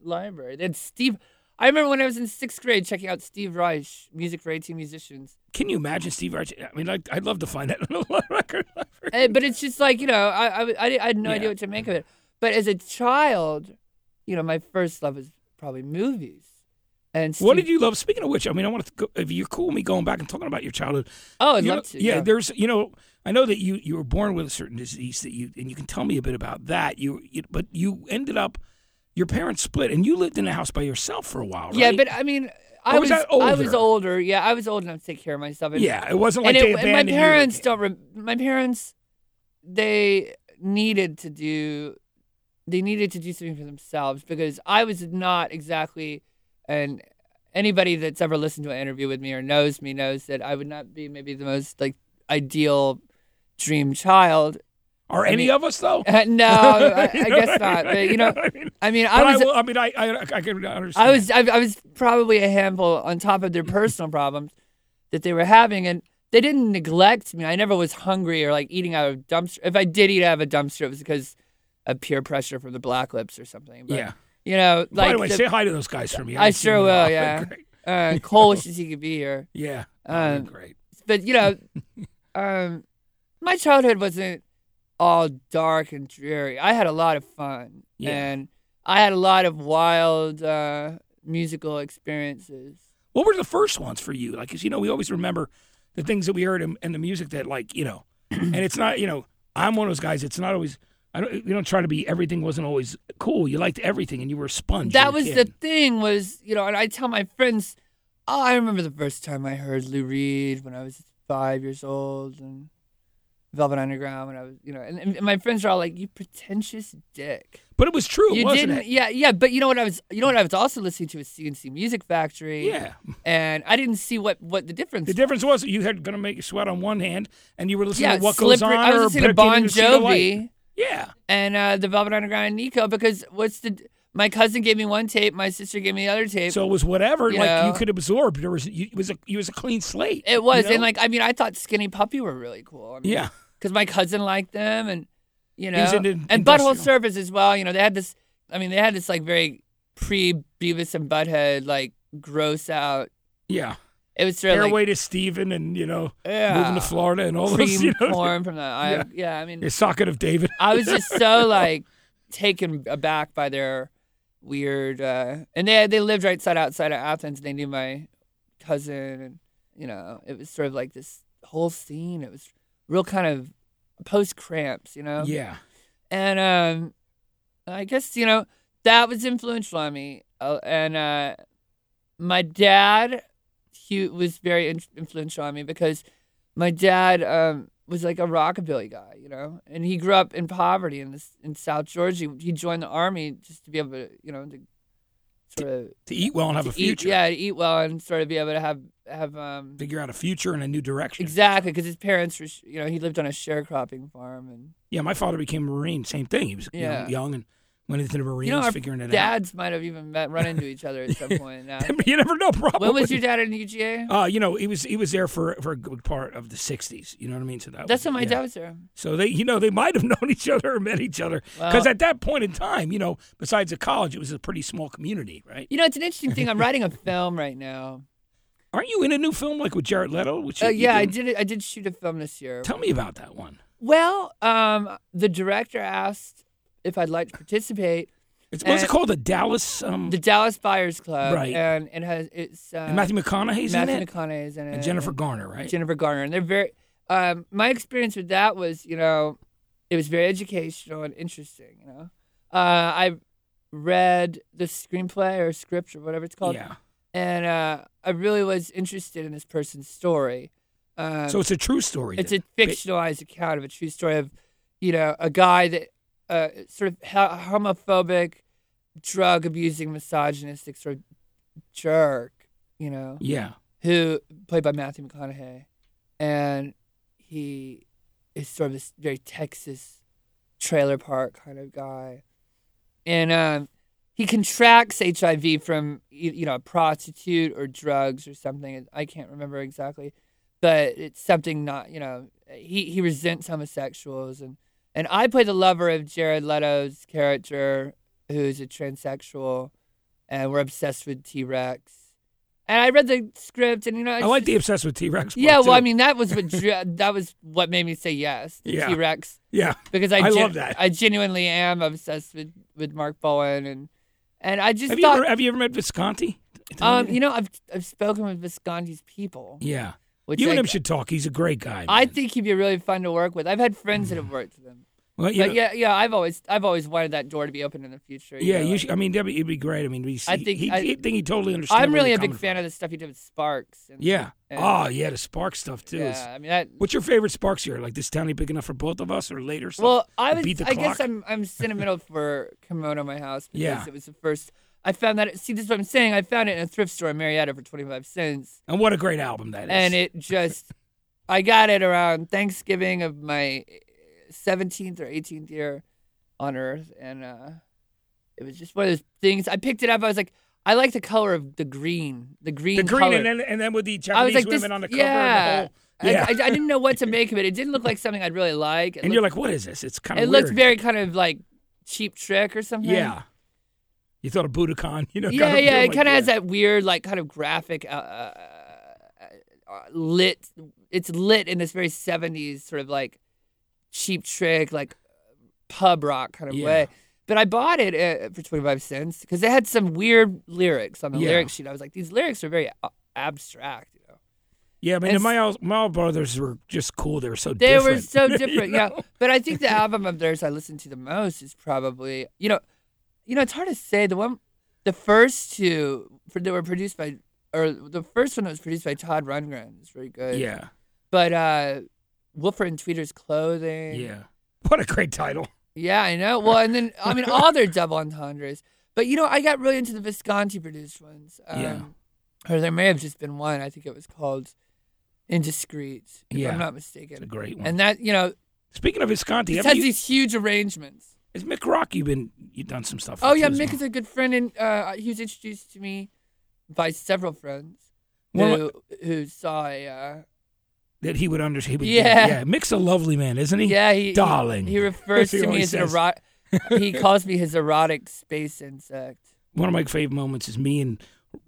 [SPEAKER 3] Library. They had Steve. I remember when I was in sixth grade checking out Steve Reich, music for 18 musicians.
[SPEAKER 2] Can you imagine Steve Arch? I mean, I'd, I'd love to find that on a record.
[SPEAKER 3] And, Eh, but it's just like you know, I I, I, I had no
[SPEAKER 2] Yeah.
[SPEAKER 3] idea what to make of it. But as a child, you know, my first love was probably movies. And Steve,
[SPEAKER 2] What did you love? Speaking of which, I mean, I want to. Go, if you're cool with me going back and talking about your childhood,
[SPEAKER 3] Oh, I'd
[SPEAKER 2] you
[SPEAKER 3] love
[SPEAKER 2] know-
[SPEAKER 3] to.
[SPEAKER 2] Yeah,
[SPEAKER 3] yeah.
[SPEAKER 2] there's you know, I know that you you were born with a certain disease that you and you can tell me a bit about that. You, you but you ended up your parents split and you lived in a house by yourself for a while. Right?
[SPEAKER 3] Yeah, but I mean, I
[SPEAKER 2] Or
[SPEAKER 3] was,
[SPEAKER 2] was that
[SPEAKER 3] I was
[SPEAKER 2] older?
[SPEAKER 3] older. Yeah, I was old enough to take care of myself. And,
[SPEAKER 2] yeah, it wasn't
[SPEAKER 3] and,
[SPEAKER 2] like
[SPEAKER 3] it-
[SPEAKER 2] they
[SPEAKER 3] and my
[SPEAKER 2] abandoned you.
[SPEAKER 3] parents don't. Re- my parents, they needed to do, they needed to do something for themselves because I was not exactly, and anybody that's ever listened to an interview with me or knows me knows that I would not be maybe the most like ideal dream child.
[SPEAKER 2] Are
[SPEAKER 3] I
[SPEAKER 2] any
[SPEAKER 3] mean-
[SPEAKER 2] of us though?
[SPEAKER 3] no, Oh, I, I
[SPEAKER 2] You know
[SPEAKER 3] guess
[SPEAKER 2] what
[SPEAKER 3] not.
[SPEAKER 2] mean?
[SPEAKER 3] But you know,
[SPEAKER 2] what I mean,
[SPEAKER 3] I mean,
[SPEAKER 2] But
[SPEAKER 3] I was
[SPEAKER 2] will- I mean, I, I, I can understand.
[SPEAKER 3] I was I, I was probably a handful on top of their personal problems that they were having, and they didn't neglect me. I never was hungry or like eating out of dumpster. If I did eat out of a dumpster, it was because of peer pressure from the black lips or something. But,
[SPEAKER 2] yeah.
[SPEAKER 3] you know, like
[SPEAKER 2] By the way,
[SPEAKER 3] the-
[SPEAKER 2] say hi to those guys for me.
[SPEAKER 3] I
[SPEAKER 2] haven't seen
[SPEAKER 3] sure
[SPEAKER 2] them in a
[SPEAKER 3] will,
[SPEAKER 2] while.
[SPEAKER 3] yeah.
[SPEAKER 2] Great.
[SPEAKER 3] uh, Cole wishes he could be here,
[SPEAKER 2] Yeah.
[SPEAKER 3] Um,
[SPEAKER 2] great.
[SPEAKER 3] but you know, um, my childhood wasn't all dark and dreary. I had a lot of fun,
[SPEAKER 2] Yeah.
[SPEAKER 3] and I had a lot of wild uh, musical experiences.
[SPEAKER 2] What were the first ones for you? Like, 'cause, you know, we always remember the things that we heard and, and the music that, like, you know, and it's not, you know, I'm one of those guys. It's not always. I don't. You don't try to be. Everything wasn't always cool. You liked everything, and you were a sponge.
[SPEAKER 3] That was the thing was, you know, and I tell my friends, oh, I remember the first time I heard Lou Reed when I was five years old and Velvet Underground when I was, you know, and, and my friends are all like, you pretentious dick.
[SPEAKER 2] But it was true,
[SPEAKER 3] you
[SPEAKER 2] wasn't
[SPEAKER 3] didn't,
[SPEAKER 2] it?
[SPEAKER 3] yeah, yeah. But you know what I was, you know what I was also listening to was CNC Music Factory.
[SPEAKER 2] Yeah.
[SPEAKER 3] And I didn't see what, what the difference
[SPEAKER 2] The difference was you had going to make you sweat on one hand, and you were listening
[SPEAKER 3] yeah,
[SPEAKER 2] to what goes
[SPEAKER 3] Slippery-
[SPEAKER 2] on.
[SPEAKER 3] I was
[SPEAKER 2] or
[SPEAKER 3] listening to
[SPEAKER 2] Breaking
[SPEAKER 3] Bon
[SPEAKER 2] the Sea to Light.
[SPEAKER 3] Jovi.
[SPEAKER 2] Yeah.
[SPEAKER 3] and uh, the Velvet Underground and Nico because what's the my cousin gave me one tape, my sister gave me the other tape.
[SPEAKER 2] So it was whatever.
[SPEAKER 3] You
[SPEAKER 2] like
[SPEAKER 3] know?
[SPEAKER 2] you could absorb. There was you, it was a it was a clean slate.
[SPEAKER 3] it was
[SPEAKER 2] you know?
[SPEAKER 3] and like I mean I thought Skinny Puppy were really cool. I mean,
[SPEAKER 2] yeah.
[SPEAKER 3] because my cousin liked them and you know
[SPEAKER 2] He's into
[SPEAKER 3] and Butthole
[SPEAKER 2] industrial.
[SPEAKER 3] Surface as well. You know they had this. I mean they had this like very pre Beavis and Butthead like gross out.
[SPEAKER 2] Yeah.
[SPEAKER 3] It was sort of like
[SPEAKER 2] Airway to Steven and, you know,
[SPEAKER 3] yeah,
[SPEAKER 2] moving to Florida and all those,
[SPEAKER 3] cream
[SPEAKER 2] you know,
[SPEAKER 3] porn from the I, yeah.
[SPEAKER 2] Yeah.
[SPEAKER 3] I mean
[SPEAKER 2] the socket of David.
[SPEAKER 3] I was just so like taken aback by their weird uh and they they lived right side outside of Athens and they knew my cousin and you know it was sort of like this whole scene it was real kind of post cramps you know
[SPEAKER 2] Yeah.
[SPEAKER 3] and um I guess you know that was influential on me Uh, and uh my dad he was very in- influential on me because my dad um, was like a rockabilly guy, you know, and he grew up in poverty in this in South Georgia. He joined the army just to be able to, you know, to sort of
[SPEAKER 2] To eat well and have a
[SPEAKER 3] to eat,
[SPEAKER 2] future.
[SPEAKER 3] yeah, to eat well and sort of be able to have have um
[SPEAKER 2] Figure out a future and a new direction.
[SPEAKER 3] exactly because his parents were, sh- you know, he lived on a sharecropping farm and
[SPEAKER 2] Yeah. My father became a Marine. Same thing. He was you know,
[SPEAKER 3] Yeah.
[SPEAKER 2] young and went into the Marines
[SPEAKER 3] our
[SPEAKER 2] figuring it
[SPEAKER 3] dads might have even met run into each other at some point. Now.
[SPEAKER 2] out. you never know, probably.
[SPEAKER 3] When was your dad in UGA?
[SPEAKER 2] uh, you know, he was he was there for, for a good part of the '60s. You know what I mean? So that
[SPEAKER 3] That's
[SPEAKER 2] was,
[SPEAKER 3] when my
[SPEAKER 2] yeah.
[SPEAKER 3] dad was there.
[SPEAKER 2] So they, you know, they might have known each other or met each other because
[SPEAKER 3] Well-
[SPEAKER 2] at that point in time, you know, besides the college, it was a pretty small community, right?
[SPEAKER 3] You know, it's an interesting thing. I'm writing a film right now.
[SPEAKER 2] Aren't you in a new film like with Jared Leto? Which
[SPEAKER 3] Uh,
[SPEAKER 2] you- you
[SPEAKER 3] yeah, I
[SPEAKER 2] doing?
[SPEAKER 3] did. I did shoot a film this year.
[SPEAKER 2] Tell me about that one.
[SPEAKER 3] Well, um, the director asked if I'd like to participate.
[SPEAKER 2] It's what's it
[SPEAKER 3] And-
[SPEAKER 2] called? The Dallas. Um,
[SPEAKER 3] Uh, The Dallas Buyers Club,
[SPEAKER 2] Right.
[SPEAKER 3] And it has it's uh,
[SPEAKER 2] and Matthew McConaughey's
[SPEAKER 3] Matthew
[SPEAKER 2] in it,
[SPEAKER 3] McConaughey is in it,
[SPEAKER 2] and Jennifer Garner, right?
[SPEAKER 3] Jennifer Garner, and they're very. Um, my experience with that was, you know, it was very educational and interesting. You know, uh, I read the screenplay or script or whatever it's called,
[SPEAKER 2] yeah.
[SPEAKER 3] and uh, I really was interested in this person's story. Um,
[SPEAKER 2] So it's a true story.
[SPEAKER 3] It's
[SPEAKER 2] then.
[SPEAKER 3] a fictionalized account of a true story of, you know, a guy that uh, sort of ho- homophobic, drug abusing, misogynistic sort of jerk, you know,
[SPEAKER 2] yeah.
[SPEAKER 3] who played by Matthew McConaughey, and he is sort of this very Texas trailer park kind of guy, and um, he contracts HIV from y- you know a prostitute or drugs or something. I can't remember exactly, but it's something not you know he he resents homosexuals and and I play the lover of Jared Leto's character who's a transsexual and we're obsessed with T Rex. And I read the script, and you know,
[SPEAKER 2] I
[SPEAKER 3] just-
[SPEAKER 2] like the obsessed with T Rex.
[SPEAKER 3] Yeah, well, I mean, that was what drew, that was what made me say yes,
[SPEAKER 2] Yeah.
[SPEAKER 3] T Rex,
[SPEAKER 2] yeah,
[SPEAKER 3] because I,
[SPEAKER 2] I
[SPEAKER 3] gen-
[SPEAKER 2] love that.
[SPEAKER 3] I genuinely am obsessed with with Mark Bowen, and and I just
[SPEAKER 2] have you
[SPEAKER 3] thought,
[SPEAKER 2] ever have you ever met Visconti?
[SPEAKER 3] um, you know, I've I've spoken with Visconti's people,
[SPEAKER 2] yeah,
[SPEAKER 3] which
[SPEAKER 2] you and
[SPEAKER 3] I,
[SPEAKER 2] him should talk. He's a great guy.
[SPEAKER 3] I
[SPEAKER 2] man.
[SPEAKER 3] think he'd be really fun to work with. I've had friends that have worked with him.
[SPEAKER 2] well, Mm. you
[SPEAKER 3] But
[SPEAKER 2] know-
[SPEAKER 3] yeah, yeah, I've always I've always wanted that door to be open in the future.
[SPEAKER 2] yeah,
[SPEAKER 3] know,
[SPEAKER 2] you
[SPEAKER 3] like-
[SPEAKER 2] should, I mean, that'd be, it'd be great. I mean, we,
[SPEAKER 3] I
[SPEAKER 2] he-
[SPEAKER 3] think
[SPEAKER 2] he,
[SPEAKER 3] I-
[SPEAKER 2] he- think he totally understands.
[SPEAKER 3] I'm really a big fan of the stuff he did with Sparks. And,
[SPEAKER 2] Yeah.
[SPEAKER 3] and-
[SPEAKER 2] oh, yeah, the Spark stuff too. is-
[SPEAKER 3] yeah, I mean that.
[SPEAKER 2] What's your favorite Sparks year? Like this town, you big enough for both of us, or later? Stuff?
[SPEAKER 3] Well, I
[SPEAKER 2] to
[SPEAKER 3] was.
[SPEAKER 2] beat the
[SPEAKER 3] I guess
[SPEAKER 2] clock.
[SPEAKER 3] I'm I'm sentimental for Kimono My House because
[SPEAKER 2] Yeah.
[SPEAKER 3] it was the first. I found that. See, this is what I'm saying. I found it in a thrift store in Marietta for 25 cents,
[SPEAKER 2] and what a great album that is.
[SPEAKER 3] and it just. I got it around Thanksgiving of my 17th or 18th year on Earth, and uh, it was just one of those things. I picked it up. I was like, I like the color of the green, the green,
[SPEAKER 2] the green,
[SPEAKER 3] color.
[SPEAKER 2] and then and then with the
[SPEAKER 3] I
[SPEAKER 2] Japanese
[SPEAKER 3] was like,
[SPEAKER 2] women
[SPEAKER 3] this,
[SPEAKER 2] on the cover.
[SPEAKER 3] yeah.
[SPEAKER 2] And, the whole, yeah.
[SPEAKER 3] I, I, I didn't know what to make of it. It didn't look like something I'd really like. It
[SPEAKER 2] and
[SPEAKER 3] looked,
[SPEAKER 2] you're like, what is this? It's kind of
[SPEAKER 3] it
[SPEAKER 2] weird.
[SPEAKER 3] looked very kind of like cheap trick or something.
[SPEAKER 2] yeah. You thought of Budokan, you know?
[SPEAKER 3] yeah,
[SPEAKER 2] kind of
[SPEAKER 3] yeah.
[SPEAKER 2] feeling
[SPEAKER 3] It
[SPEAKER 2] like
[SPEAKER 3] kind of has
[SPEAKER 2] that.
[SPEAKER 3] that weird, like, kind of graphic uh, uh, uh, uh, lit. It's lit in this very '70s sort of like cheap trick, like pub rock kind of
[SPEAKER 2] Yeah.
[SPEAKER 3] way. But I bought it uh, for 25 cents because it had some weird lyrics on the
[SPEAKER 2] Yeah.
[SPEAKER 3] lyric sheet. I was like, these lyrics are very uh, abstract. You know?
[SPEAKER 2] Yeah, I mean, the
[SPEAKER 3] and-
[SPEAKER 2] Mile Mile Brothers were just cool. They were so
[SPEAKER 3] They
[SPEAKER 2] different.
[SPEAKER 3] were so
[SPEAKER 2] you
[SPEAKER 3] different,
[SPEAKER 2] know?
[SPEAKER 3] yeah. But I think the album of theirs I listened to the most is probably you know, you know it's hard to say the one, the first two for, that were produced by or the first one that was produced by Todd Rundgren is very good.
[SPEAKER 2] Yeah,
[SPEAKER 3] But uh, Wolfer and Tweeter's clothing.
[SPEAKER 2] yeah. What a great title.
[SPEAKER 3] Yeah, I know. Well, and then I mean all their double entendres. But you know, I got really into the Visconti produced ones. Um,
[SPEAKER 2] Yeah.
[SPEAKER 3] Or there may have just been one. I think it was called Indiscreet. If
[SPEAKER 2] Yeah.
[SPEAKER 3] I'm not
[SPEAKER 2] It's a
[SPEAKER 3] mistaken.
[SPEAKER 2] great one.
[SPEAKER 3] And that you know
[SPEAKER 2] Speaking of Visconti,
[SPEAKER 3] He
[SPEAKER 2] have
[SPEAKER 3] has
[SPEAKER 2] you,
[SPEAKER 3] these huge arrangements.
[SPEAKER 2] has Mick Rocky been? You done some stuff?
[SPEAKER 3] Oh
[SPEAKER 2] with
[SPEAKER 3] yeah,
[SPEAKER 2] too,
[SPEAKER 3] Mick
[SPEAKER 2] so-
[SPEAKER 3] is a good friend, and uh, he was introduced to me by several friends
[SPEAKER 2] Well,
[SPEAKER 3] who who saw a. Uh,
[SPEAKER 2] that he would understand. He would
[SPEAKER 3] Yeah.
[SPEAKER 2] get it. yeah. Mick's a lovely man, isn't he?
[SPEAKER 3] yeah, he
[SPEAKER 2] darling.
[SPEAKER 3] He, he refers
[SPEAKER 2] He
[SPEAKER 3] to me
[SPEAKER 2] always
[SPEAKER 3] as an
[SPEAKER 2] says.
[SPEAKER 3] erotic. he calls me his erotic space insect.
[SPEAKER 2] One of my favorite moments is me and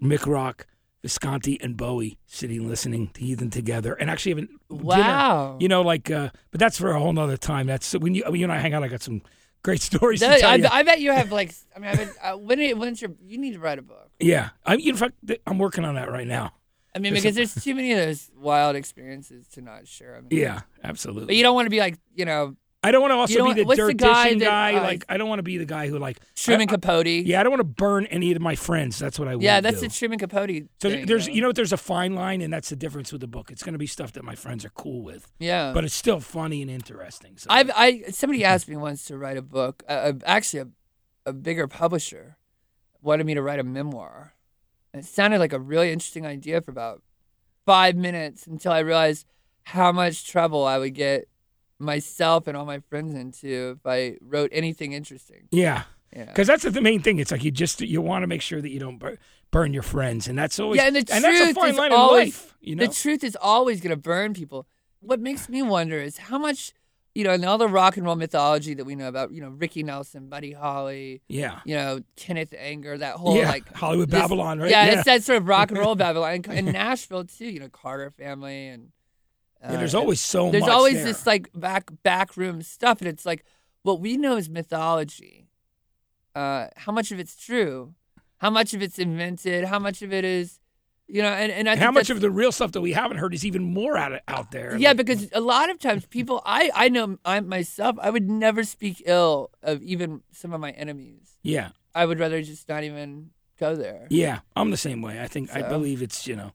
[SPEAKER 2] Mick Rock, Visconti, and Bowie sitting listening to Heathen together, and actually having dinner.
[SPEAKER 3] Wow.
[SPEAKER 2] You know, like, uh, but that's for a whole nother time. That's when you, when you and I hang out. I got some great stories.
[SPEAKER 3] That-
[SPEAKER 2] to tell
[SPEAKER 3] I,
[SPEAKER 2] you.
[SPEAKER 3] I bet you have like. I mean, I bet, uh, when it, when's your you need to write a book.
[SPEAKER 2] yeah, I, in fact, th- I'm working on that right now.
[SPEAKER 3] I mean,
[SPEAKER 2] There's
[SPEAKER 3] because there's too many of those wild experiences to not share. I mean,
[SPEAKER 2] Yeah, absolutely.
[SPEAKER 3] But you don't want to be like you know
[SPEAKER 2] I don't want to also
[SPEAKER 3] you don't-
[SPEAKER 2] be the
[SPEAKER 3] what's the
[SPEAKER 2] dirt
[SPEAKER 3] guy
[SPEAKER 2] dishing
[SPEAKER 3] that,
[SPEAKER 2] guy.
[SPEAKER 3] uh,
[SPEAKER 2] like, I don't want to be the guy who like I-
[SPEAKER 3] Truman
[SPEAKER 2] I-
[SPEAKER 3] Capote.
[SPEAKER 2] yeah, I don't want to burn any of my friends. That's what I.
[SPEAKER 3] Yeah,
[SPEAKER 2] wouldn't
[SPEAKER 3] that's
[SPEAKER 2] do.
[SPEAKER 3] the Truman Capote.
[SPEAKER 2] So
[SPEAKER 3] thing,
[SPEAKER 2] there's,
[SPEAKER 3] though.
[SPEAKER 2] you know, what, there's a fine line, and that's the difference with the book. It's going to be stuff that my friends are cool with,
[SPEAKER 3] yeah.
[SPEAKER 2] but it's still funny and interesting. So
[SPEAKER 3] Uh, I've I somebody asked me once to write a book. Uh, actually, a, a bigger publisher wanted me to write a memoir. And it sounded like a really interesting idea for about five minutes until I realized how much trouble I would get myself and all my friends into if I wrote anything interesting.
[SPEAKER 2] yeah,
[SPEAKER 3] Yeah.
[SPEAKER 2] because that's the main thing. It's like you just you want to make sure that you don't bur- burn your friends, and that's always
[SPEAKER 3] Yeah, and the
[SPEAKER 2] that's a
[SPEAKER 3] truth
[SPEAKER 2] fine
[SPEAKER 3] is
[SPEAKER 2] line
[SPEAKER 3] always-
[SPEAKER 2] in life. You know,
[SPEAKER 3] The truth is always going to burn people. What makes me wonder is how much, you know, in all the rock and roll mythology that we know about, you know, Ricky Nelson, Buddy Holly,
[SPEAKER 2] yeah,
[SPEAKER 3] you know, Kenneth Anger, that whole
[SPEAKER 2] yeah,
[SPEAKER 3] like
[SPEAKER 2] Hollywood
[SPEAKER 3] this-
[SPEAKER 2] Babylon, right?
[SPEAKER 3] Yeah, it's that sort of rock and roll Babylon and, and Nashville too. You know, Carter family and
[SPEAKER 2] Yeah, there's
[SPEAKER 3] uh,
[SPEAKER 2] always so
[SPEAKER 3] there's
[SPEAKER 2] much.
[SPEAKER 3] always
[SPEAKER 2] there.
[SPEAKER 3] this like back backroom stuff, and it's like what we know is mythology. Uh, how much of it's true? How much of it's invented? How much of it is, you know? And and I think
[SPEAKER 2] How much
[SPEAKER 3] that's-
[SPEAKER 2] of the real stuff that we haven't heard is even more out out there?
[SPEAKER 3] yeah,
[SPEAKER 2] Like,
[SPEAKER 3] because a lot of times people, I I know I myself, I would never speak ill of even some of my enemies.
[SPEAKER 2] yeah,
[SPEAKER 3] I would rather just not even go there.
[SPEAKER 2] Yeah, I'm the same way. I think I
[SPEAKER 3] So-
[SPEAKER 2] believe it's you know,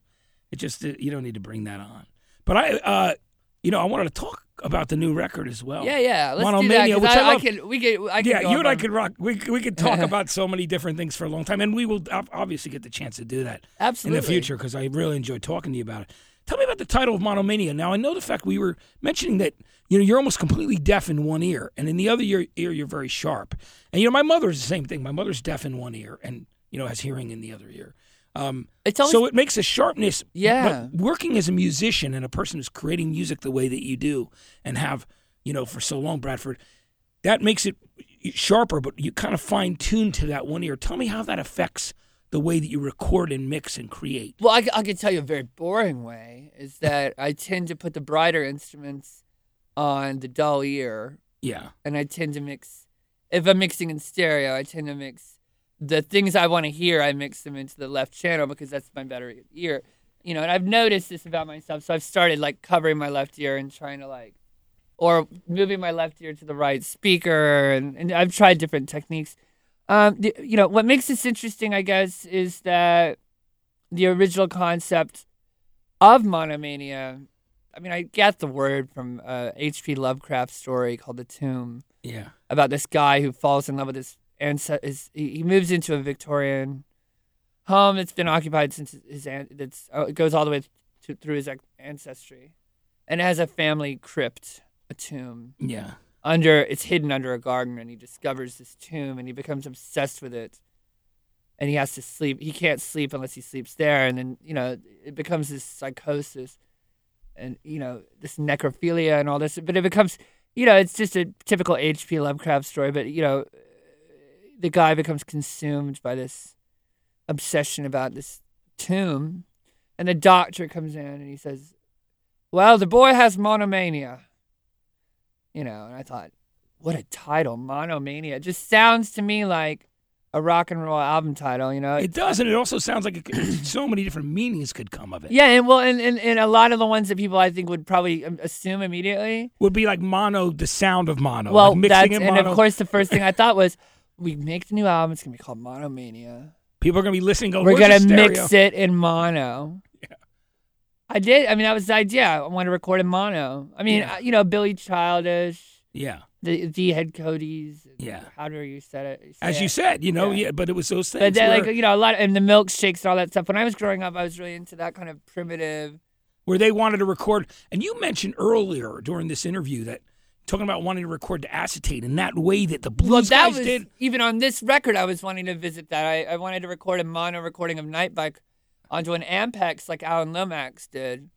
[SPEAKER 2] it just you don't need to bring that on. But I, uh, you know, I wanted to talk about the new record as well.
[SPEAKER 3] Yeah, yeah. Let's
[SPEAKER 2] Oh. Monomania,
[SPEAKER 3] do that. 'cause
[SPEAKER 2] which
[SPEAKER 3] I,
[SPEAKER 2] I
[SPEAKER 3] I
[SPEAKER 2] love.
[SPEAKER 3] can, we can, I can
[SPEAKER 2] yeah.
[SPEAKER 3] go
[SPEAKER 2] You
[SPEAKER 3] on
[SPEAKER 2] and I
[SPEAKER 3] and-
[SPEAKER 2] could rock. We we could talk about so many different things for a long time, and we will ob- obviously get the chance to do that
[SPEAKER 3] Absolutely.
[SPEAKER 2] in the future because I really enjoyed talking to you about it. Tell me about the title of Monomania. Now I know the fact we were mentioning that you know you're almost completely deaf in one ear, and in the other ear, ear you're very sharp. And you know my mother's the same thing. My mother's deaf in one ear, and you know has hearing in the other ear. Um,
[SPEAKER 3] It's always,
[SPEAKER 2] so it makes a sharpness.
[SPEAKER 3] Yeah.
[SPEAKER 2] But working as a musician and a person who's creating music the way that you do and have, you know, for so long, Bradford, that makes it sharper, but you kind of fine tune to that one ear. Tell me how that affects the way that you record and mix and create?
[SPEAKER 3] Well, I, I could tell you a very boring way is that I tend to put the brighter instruments on the dull ear,
[SPEAKER 2] Yeah.
[SPEAKER 3] and I tend to mix. If I'm mixing in stereo, I tend to mix the things I want to hear. I mix them into the left channel because that's my better ear, you know. And I've noticed this about myself, so I've started like covering my left ear and trying to like, or moving my left ear to the right speaker, and, and I've tried different techniques. Um, the, you know, what makes this interesting, I guess, is that the original concept of monomania. I mean, I get the word from uh, H.P. Lovecraft story called The Tomb
[SPEAKER 2] Yeah.
[SPEAKER 3] about this guy who falls in love with his ancestor. His, he he moves into a Victorian home that's been occupied since his- his an- that's uh, it goes all the way to, through his ac- ancestry, and it has a family crypt, a tomb
[SPEAKER 2] Yeah.
[SPEAKER 3] under. It's hidden under a garden, and he discovers this tomb, and he becomes obsessed with it. And he has to sleep. He can't sleep unless he sleeps there, and then you know it becomes this psychosis, and you know this necrophilia and all this. But it becomes you know, it's just a typical H.P. Lovecraft story, but you know, the guy becomes consumed by this obsession about this tomb, and the doctor comes in and he says, "Well, the boy has monomania." You know, and I thought, what a title, monomania. It just sounds to me like a rock and roll album title. You know,
[SPEAKER 2] It does, and it also sounds like it could, so many different meanings could come of it.
[SPEAKER 3] yeah, and well, and, and and a lot of the ones that people I think would probably um, assume immediately
[SPEAKER 2] Would be like mono, the sound of mono.
[SPEAKER 3] Well,
[SPEAKER 2] like mixing
[SPEAKER 3] that's
[SPEAKER 2] in
[SPEAKER 3] and
[SPEAKER 2] mono.
[SPEAKER 3] of course the first thing I thought was we make the new album. It's gonna be called Monomania.
[SPEAKER 2] people are gonna be listening. Go,
[SPEAKER 3] We're gonna
[SPEAKER 2] going to
[SPEAKER 3] mix it in mono. I did. I mean, that was the idea. I want to record in mono. I mean,
[SPEAKER 2] Yeah.
[SPEAKER 3] I- you know, Billy Childish,
[SPEAKER 2] Yeah,
[SPEAKER 3] the the head Cody's.
[SPEAKER 2] Yeah.
[SPEAKER 3] How do you set it? say
[SPEAKER 2] as you
[SPEAKER 3] it.
[SPEAKER 2] said, you know, yeah.
[SPEAKER 3] Yeah.
[SPEAKER 2] but it was those
[SPEAKER 3] But
[SPEAKER 2] things.
[SPEAKER 3] then,
[SPEAKER 2] where,
[SPEAKER 3] like you know, a lot and the milkshakes and all that stuff. When I was growing up, I was really into that kind of primitive.
[SPEAKER 2] where they wanted to record. And you mentioned earlier during this interview that talking about wanting to record the acetate in that way that the blues
[SPEAKER 3] Well, that
[SPEAKER 2] guys
[SPEAKER 3] was
[SPEAKER 2] did.
[SPEAKER 3] even on this record. I was wanting to visit that. I, I wanted to record a mono recording of Night Bike onto an Ampex like Alan Lomax did,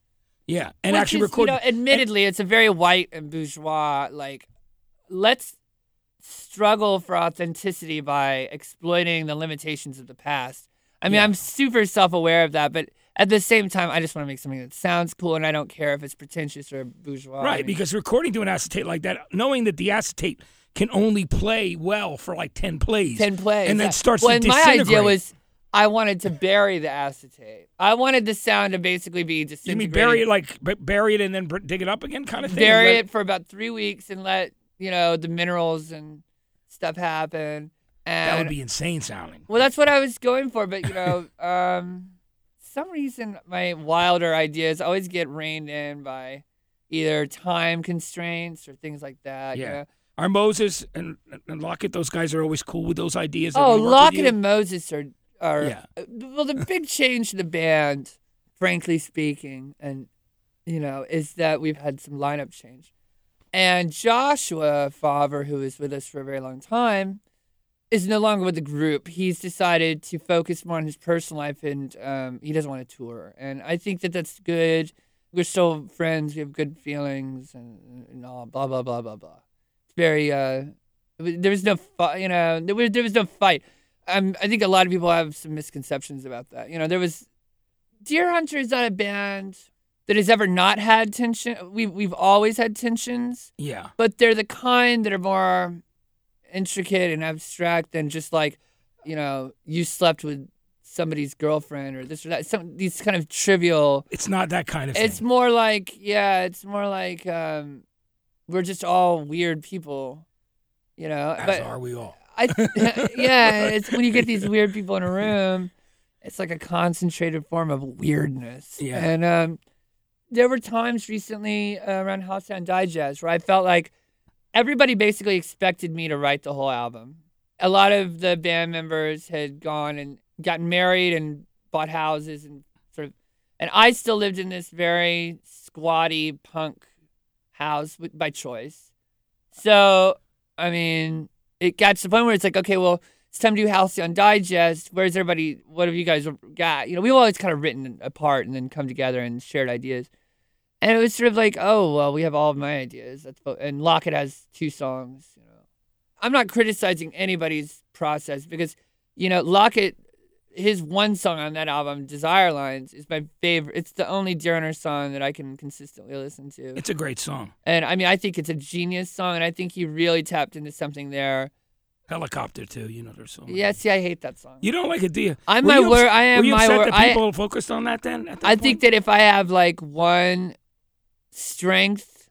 [SPEAKER 2] Yeah, and
[SPEAKER 3] Which
[SPEAKER 2] actually
[SPEAKER 3] is,
[SPEAKER 2] record.
[SPEAKER 3] You know, admittedly, it's a very white and bourgeois. Like, let's struggle for authenticity by exploiting the limitations of the past. I mean,
[SPEAKER 2] Yeah.
[SPEAKER 3] I'm super self-aware of that, but at the same time, I just want to make something that sounds cool, and I don't care if it's pretentious or bourgeois. I
[SPEAKER 2] right,
[SPEAKER 3] mean,
[SPEAKER 2] because recording to an acetate like that, knowing that the acetate can only play well for like ten plays,
[SPEAKER 3] ten plays,
[SPEAKER 2] and then
[SPEAKER 3] yeah.
[SPEAKER 2] starts
[SPEAKER 3] Well,
[SPEAKER 2] to
[SPEAKER 3] and my
[SPEAKER 2] disintegrate.
[SPEAKER 3] idea was. I wanted to bury the acetate. I wanted the sound to basically be
[SPEAKER 2] you
[SPEAKER 3] disintegrating.
[SPEAKER 2] mean bury it like b- bury it and then br- dig it up again, kind of thing.
[SPEAKER 3] bury
[SPEAKER 2] Let-
[SPEAKER 3] it for about three weeks and let you know the minerals and stuff happen. And
[SPEAKER 2] That would be insane sounding.
[SPEAKER 3] well, that's what I was going for, but you know, um, some reason my wilder ideas always get reined in by either time constraints or things like that. you
[SPEAKER 2] Yeah.
[SPEAKER 3] know?
[SPEAKER 2] Our Moses and, and Lockett, those guys are always cool with those ideas. that we
[SPEAKER 3] Oh,
[SPEAKER 2] work with
[SPEAKER 3] Lockett
[SPEAKER 2] you.
[SPEAKER 3] and Moses are are
[SPEAKER 2] Yeah.
[SPEAKER 3] uh, well the big change to the band, frankly speaking, and you know, is that we've had some lineup change. And Joshua Favre, who was with us for a very long time, is no longer with the group. He's decided to focus more on his personal life, and um, he doesn't want to tour. And I think that that's good. We're still friends. We have good feelings, and, and all blah blah blah blah blah. It's very uh, there was no fight. You know, there was there was no fight. Um, I think a lot of people have some misconceptions about that. You know, there was Deer Hunter is not a band that has ever not had tension. We've we've always had tensions,
[SPEAKER 2] yeah,
[SPEAKER 3] but they're the kind that are more intricate and abstract than just like, you know, you slept with somebody's girlfriend or this or that. Some these kind of trivial.
[SPEAKER 2] it's not that kind of
[SPEAKER 3] It's
[SPEAKER 2] thing.
[SPEAKER 3] more like yeah, it's more like um, we're just all weird people, you know.
[SPEAKER 2] As
[SPEAKER 3] but
[SPEAKER 2] are we all?
[SPEAKER 3] I yeah, it's when you get these weird people in a room, it's like a concentrated form of weirdness.
[SPEAKER 2] Yeah.
[SPEAKER 3] And um, there were times recently uh, around House Down Digest where I felt like everybody basically expected me to write the whole album. A lot of the band members had gone and gotten married and bought houses and sort of, and I still lived in this very squatty punk house with, by choice. So, I mean, it got to the point where it's like, okay, well, it's time to do Halcyon Digest. Where's everybody? What have you guys got? You know, we've always kind of written apart and then come together and shared ideas. And it was sort of like, oh, well, we have all of my ideas. That's bo- and Lockett has two songs. You know, I'm not criticizing anybody's process because you know Lockett his one song on that album, Desire Lines, is my favorite. It's the only Journey song that I can consistently listen to.
[SPEAKER 2] It's a great song.
[SPEAKER 3] And I mean, I think it's a genius song, and I think he really tapped into something there.
[SPEAKER 2] Helicopter too. You know, there's so. Many.
[SPEAKER 3] Yeah, see, I hate that song.
[SPEAKER 2] Oh You don't like it, do you?
[SPEAKER 3] I'm
[SPEAKER 2] Were
[SPEAKER 3] my
[SPEAKER 2] you
[SPEAKER 3] wor-
[SPEAKER 2] ups-
[SPEAKER 3] I am
[SPEAKER 2] were you
[SPEAKER 3] my
[SPEAKER 2] upset
[SPEAKER 3] wor-
[SPEAKER 2] that
[SPEAKER 3] I-
[SPEAKER 2] people focused on that then? At that
[SPEAKER 3] I think
[SPEAKER 2] point?
[SPEAKER 3] that if I have like one strength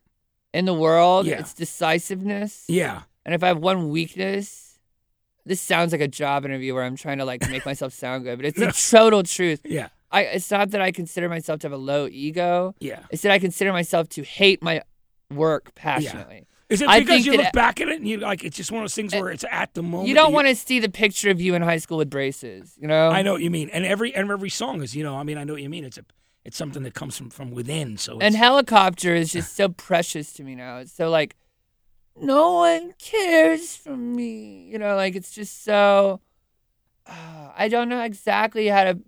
[SPEAKER 3] in the world,
[SPEAKER 2] Yeah.
[SPEAKER 3] it's decisiveness.
[SPEAKER 2] Yeah.
[SPEAKER 3] And if I have one weakness, this sounds like a job interview where I'm trying to like make myself sound good, but it's the total truth.
[SPEAKER 2] Yeah.
[SPEAKER 3] I it's not that I consider myself to have a low ego.
[SPEAKER 2] Yeah.
[SPEAKER 3] It's that I consider myself to hate my work passionately.
[SPEAKER 2] Is it
[SPEAKER 3] I
[SPEAKER 2] because
[SPEAKER 3] think
[SPEAKER 2] you
[SPEAKER 3] that- Uh,
[SPEAKER 2] look back at it and you like it's just one of those things where it's at the moment.
[SPEAKER 3] You
[SPEAKER 2] that
[SPEAKER 3] don't want to see the picture of you in high school with braces, you know?
[SPEAKER 2] I know what you mean, and every and every song is you know I mean I know what you mean. It's a it's something that comes from from within. So it's,
[SPEAKER 3] And helicopter is just so precious to me now. It's so like no one cares for me. You know, like it's just so uh, I don't know exactly how to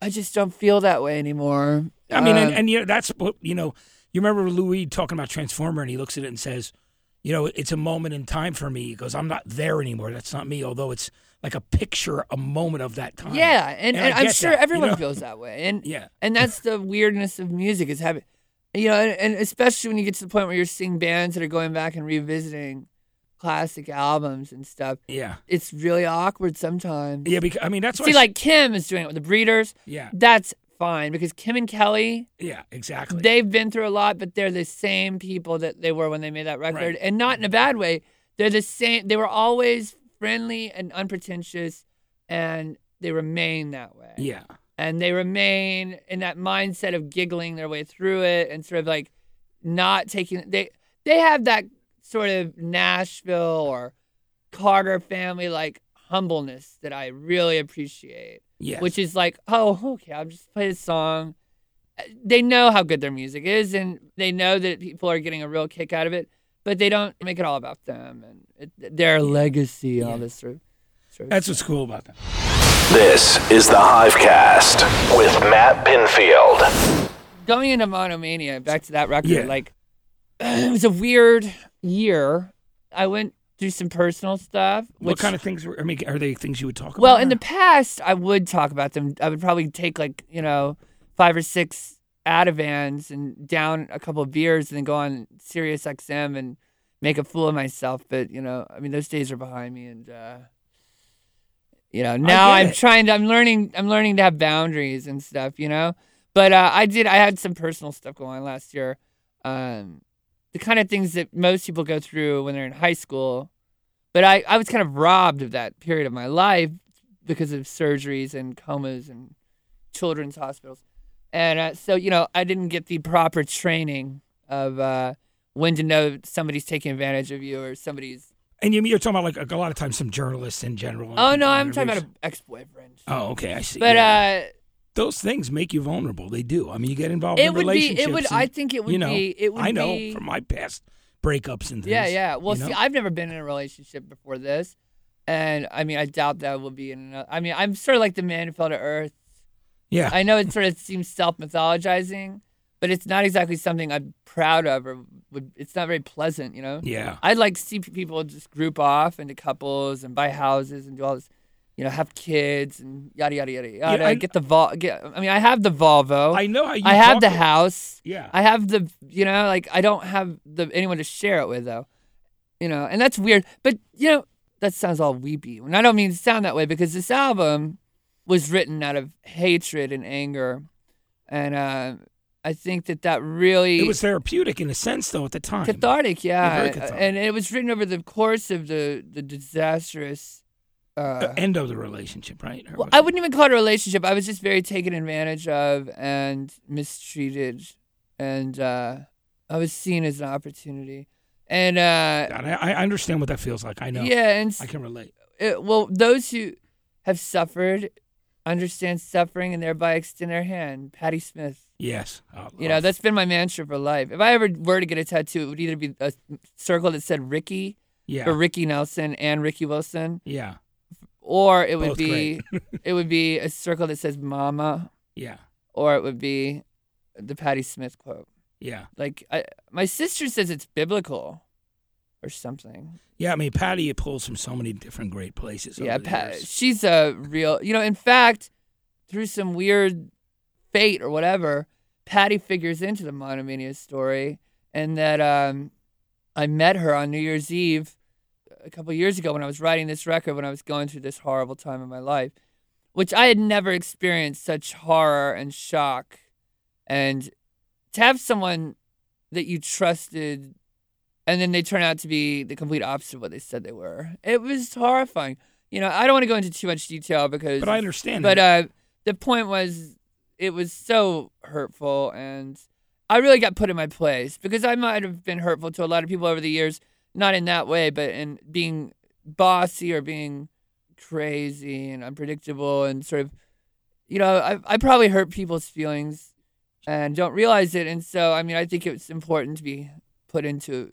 [SPEAKER 3] I just don't feel that way anymore.
[SPEAKER 2] I mean, and,
[SPEAKER 3] Um,
[SPEAKER 2] and you know, that's what you know. You remember Louis talking about Transformer, and he looks at it and says, "You know, it's a moment in time for me." He goes, "I'm not there anymore. That's not me. Although it's like a picture, a moment of that time."
[SPEAKER 3] Yeah, and,
[SPEAKER 2] I
[SPEAKER 3] and I'm
[SPEAKER 2] get
[SPEAKER 3] sure
[SPEAKER 2] that, you
[SPEAKER 3] everyone
[SPEAKER 2] know?
[SPEAKER 3] feels that way. And
[SPEAKER 2] Yeah.
[SPEAKER 3] and that's the weirdness of music is having, you know, and, and especially when you get to the point where you're seeing bands that are going back and revisiting classic albums and stuff.
[SPEAKER 2] Yeah,
[SPEAKER 3] It's really awkward sometimes.
[SPEAKER 2] yeah. Because I mean, that's why.
[SPEAKER 3] See, like Kim is doing it with the Breeders.
[SPEAKER 2] yeah,
[SPEAKER 3] That's fine because Kim and Kelly,
[SPEAKER 2] yeah, exactly.
[SPEAKER 3] they've been through a lot, but they're the same people that they were when they made that record,
[SPEAKER 2] Right.
[SPEAKER 3] and not in a bad way. They're the same. They were always friendly and unpretentious, and they remain that way
[SPEAKER 2] yeah,
[SPEAKER 3] and they remain in that mindset of giggling their way through it and sort of like not taking they they have that sort of Nashville or Carter family like humbleness that I really appreciate,
[SPEAKER 2] yeah.
[SPEAKER 3] which is like, oh, okay, I'll just play a song. They know how good their music is, and they know that people are getting a real kick out of it, but they don't make it all about them and it, their legacy, all this sort of. Sort of
[SPEAKER 2] that's what's cool about that.
[SPEAKER 1] This is the Hivecast with Matt Pinfield.
[SPEAKER 3] going into monomania back to that record
[SPEAKER 2] Yeah.
[SPEAKER 3] like it was a weird year i went through some personal stuff
[SPEAKER 2] what
[SPEAKER 3] which
[SPEAKER 2] kind of things? Were, I mean, are they things you would talk about?
[SPEAKER 3] well in the
[SPEAKER 2] or-
[SPEAKER 3] past i would talk about them i would probably take like you know five or six Ativans and down a couple of beers and then go on Sirius XM and make a fool of myself but you know i mean those days are behind me and uh you know now
[SPEAKER 2] get
[SPEAKER 3] i'm
[SPEAKER 2] it.
[SPEAKER 3] trying to i'm learning i'm learning to have boundaries and stuff you know but uh, i did i had some personal stuff going on last year um the kind of things that most people go through when they're in high school but i i was kind of robbed of that period of my life because of surgeries and comas and children's hospitals and uh, so you know i didn't get the proper training of uh when to know somebody's taking advantage of you or somebody's
[SPEAKER 2] and you, you're talking about like a, lot of times some journalists in general. and
[SPEAKER 3] oh
[SPEAKER 2] people
[SPEAKER 3] no
[SPEAKER 2] in
[SPEAKER 3] i'm talking about
[SPEAKER 2] interviews.
[SPEAKER 3] an ex-boyfriend
[SPEAKER 2] Oh, okay, I see.
[SPEAKER 3] but
[SPEAKER 2] yeah.
[SPEAKER 3] uh
[SPEAKER 2] those things make you vulnerable. They do. I mean, you get involved
[SPEAKER 3] it
[SPEAKER 2] in
[SPEAKER 3] would be
[SPEAKER 2] relationships.
[SPEAKER 3] it would
[SPEAKER 2] and,
[SPEAKER 3] i think it would
[SPEAKER 2] you know,
[SPEAKER 3] be it would
[SPEAKER 2] I know
[SPEAKER 3] be,
[SPEAKER 2] from my past breakups and things.
[SPEAKER 3] yeah yeah well
[SPEAKER 2] you
[SPEAKER 3] see
[SPEAKER 2] know?
[SPEAKER 3] i've never been in a relationship before this and i mean i doubt that will be in another i mean i'm sort of like the man who fell to earth
[SPEAKER 2] yeah,
[SPEAKER 3] i know it sort of seems self-mythologizing but it's not exactly something i'm proud of or would it's not very pleasant you know
[SPEAKER 2] yeah,
[SPEAKER 3] I'd like to see p- people just group off into couples and buy houses and do all this, you know, have kids and yada yada yada yada.
[SPEAKER 2] I-
[SPEAKER 3] get the vol. Get, I mean, I have the Volvo.
[SPEAKER 2] I know how you.
[SPEAKER 3] I have
[SPEAKER 2] talk
[SPEAKER 3] the
[SPEAKER 2] to-
[SPEAKER 3] house.
[SPEAKER 2] Yeah,
[SPEAKER 3] I have the, you know, like I don't have the anyone to share it with though, you know, and that's weird. But you know, that sounds all weepy, and I don't mean to sound that way because this album was written out of hatred and anger, and uh, I think that that really
[SPEAKER 2] it was therapeutic in a sense, though, at the time.
[SPEAKER 3] cathartic yeah
[SPEAKER 2] very cathartic.
[SPEAKER 3] and it was written over the course of the the disastrous uh,
[SPEAKER 2] Uh, end of the relationship, right? Or
[SPEAKER 3] well,
[SPEAKER 2] was
[SPEAKER 3] i
[SPEAKER 2] it-
[SPEAKER 3] wouldn't even call it a relationship i was just very taken advantage of and mistreated and uh i was seen as an opportunity and uh
[SPEAKER 2] God, I, I understand what that feels like. I know.
[SPEAKER 3] yeah and s-
[SPEAKER 2] I can relate.
[SPEAKER 3] uh, well those who have suffered understand suffering and thereby extend their hand patty smith
[SPEAKER 2] Yes. Oh,
[SPEAKER 3] you
[SPEAKER 2] oh,
[SPEAKER 3] know, that's been my mantra for life. If I ever were to get a tattoo, it would either be a circle that said Ricky
[SPEAKER 2] yeah,
[SPEAKER 3] for Ricky Nelson and Ricky Wilson,
[SPEAKER 2] yeah,
[SPEAKER 3] or it
[SPEAKER 2] Both
[SPEAKER 3] would be it would be a circle that says Mama,
[SPEAKER 2] yeah,
[SPEAKER 3] or it would be the Patti Smith quote.
[SPEAKER 2] yeah.
[SPEAKER 3] Like I, my sister says, it's biblical. or something.
[SPEAKER 2] Yeah, I mean, Patty pulls from so many different great places.
[SPEAKER 3] yeah,
[SPEAKER 2] over the
[SPEAKER 3] Pat,
[SPEAKER 2] years.
[SPEAKER 3] she's a real. You know, in fact, through some weird fate or whatever, Patty figures into the Monomania story, and that um, I met her on New Year's Eve a couple years ago when I was writing this record when I was going through this horrible time in my life, which I had never experienced such horror and shock, and to have someone that you trusted. And then they turn out to be the complete opposite of what they said they were. It was horrifying. You know, I don't want to go into too much detail because
[SPEAKER 2] But I understand.
[SPEAKER 3] but
[SPEAKER 2] that.
[SPEAKER 3] uh, the point was, it was so hurtful, and I really got put in my place because I might have been hurtful to a lot of people over the years, not in that way, but in being bossy or being crazy and unpredictable and sort of, you know, I, I probably hurt people's feelings and don't realize it. And so, I mean, I think it's important to be put into,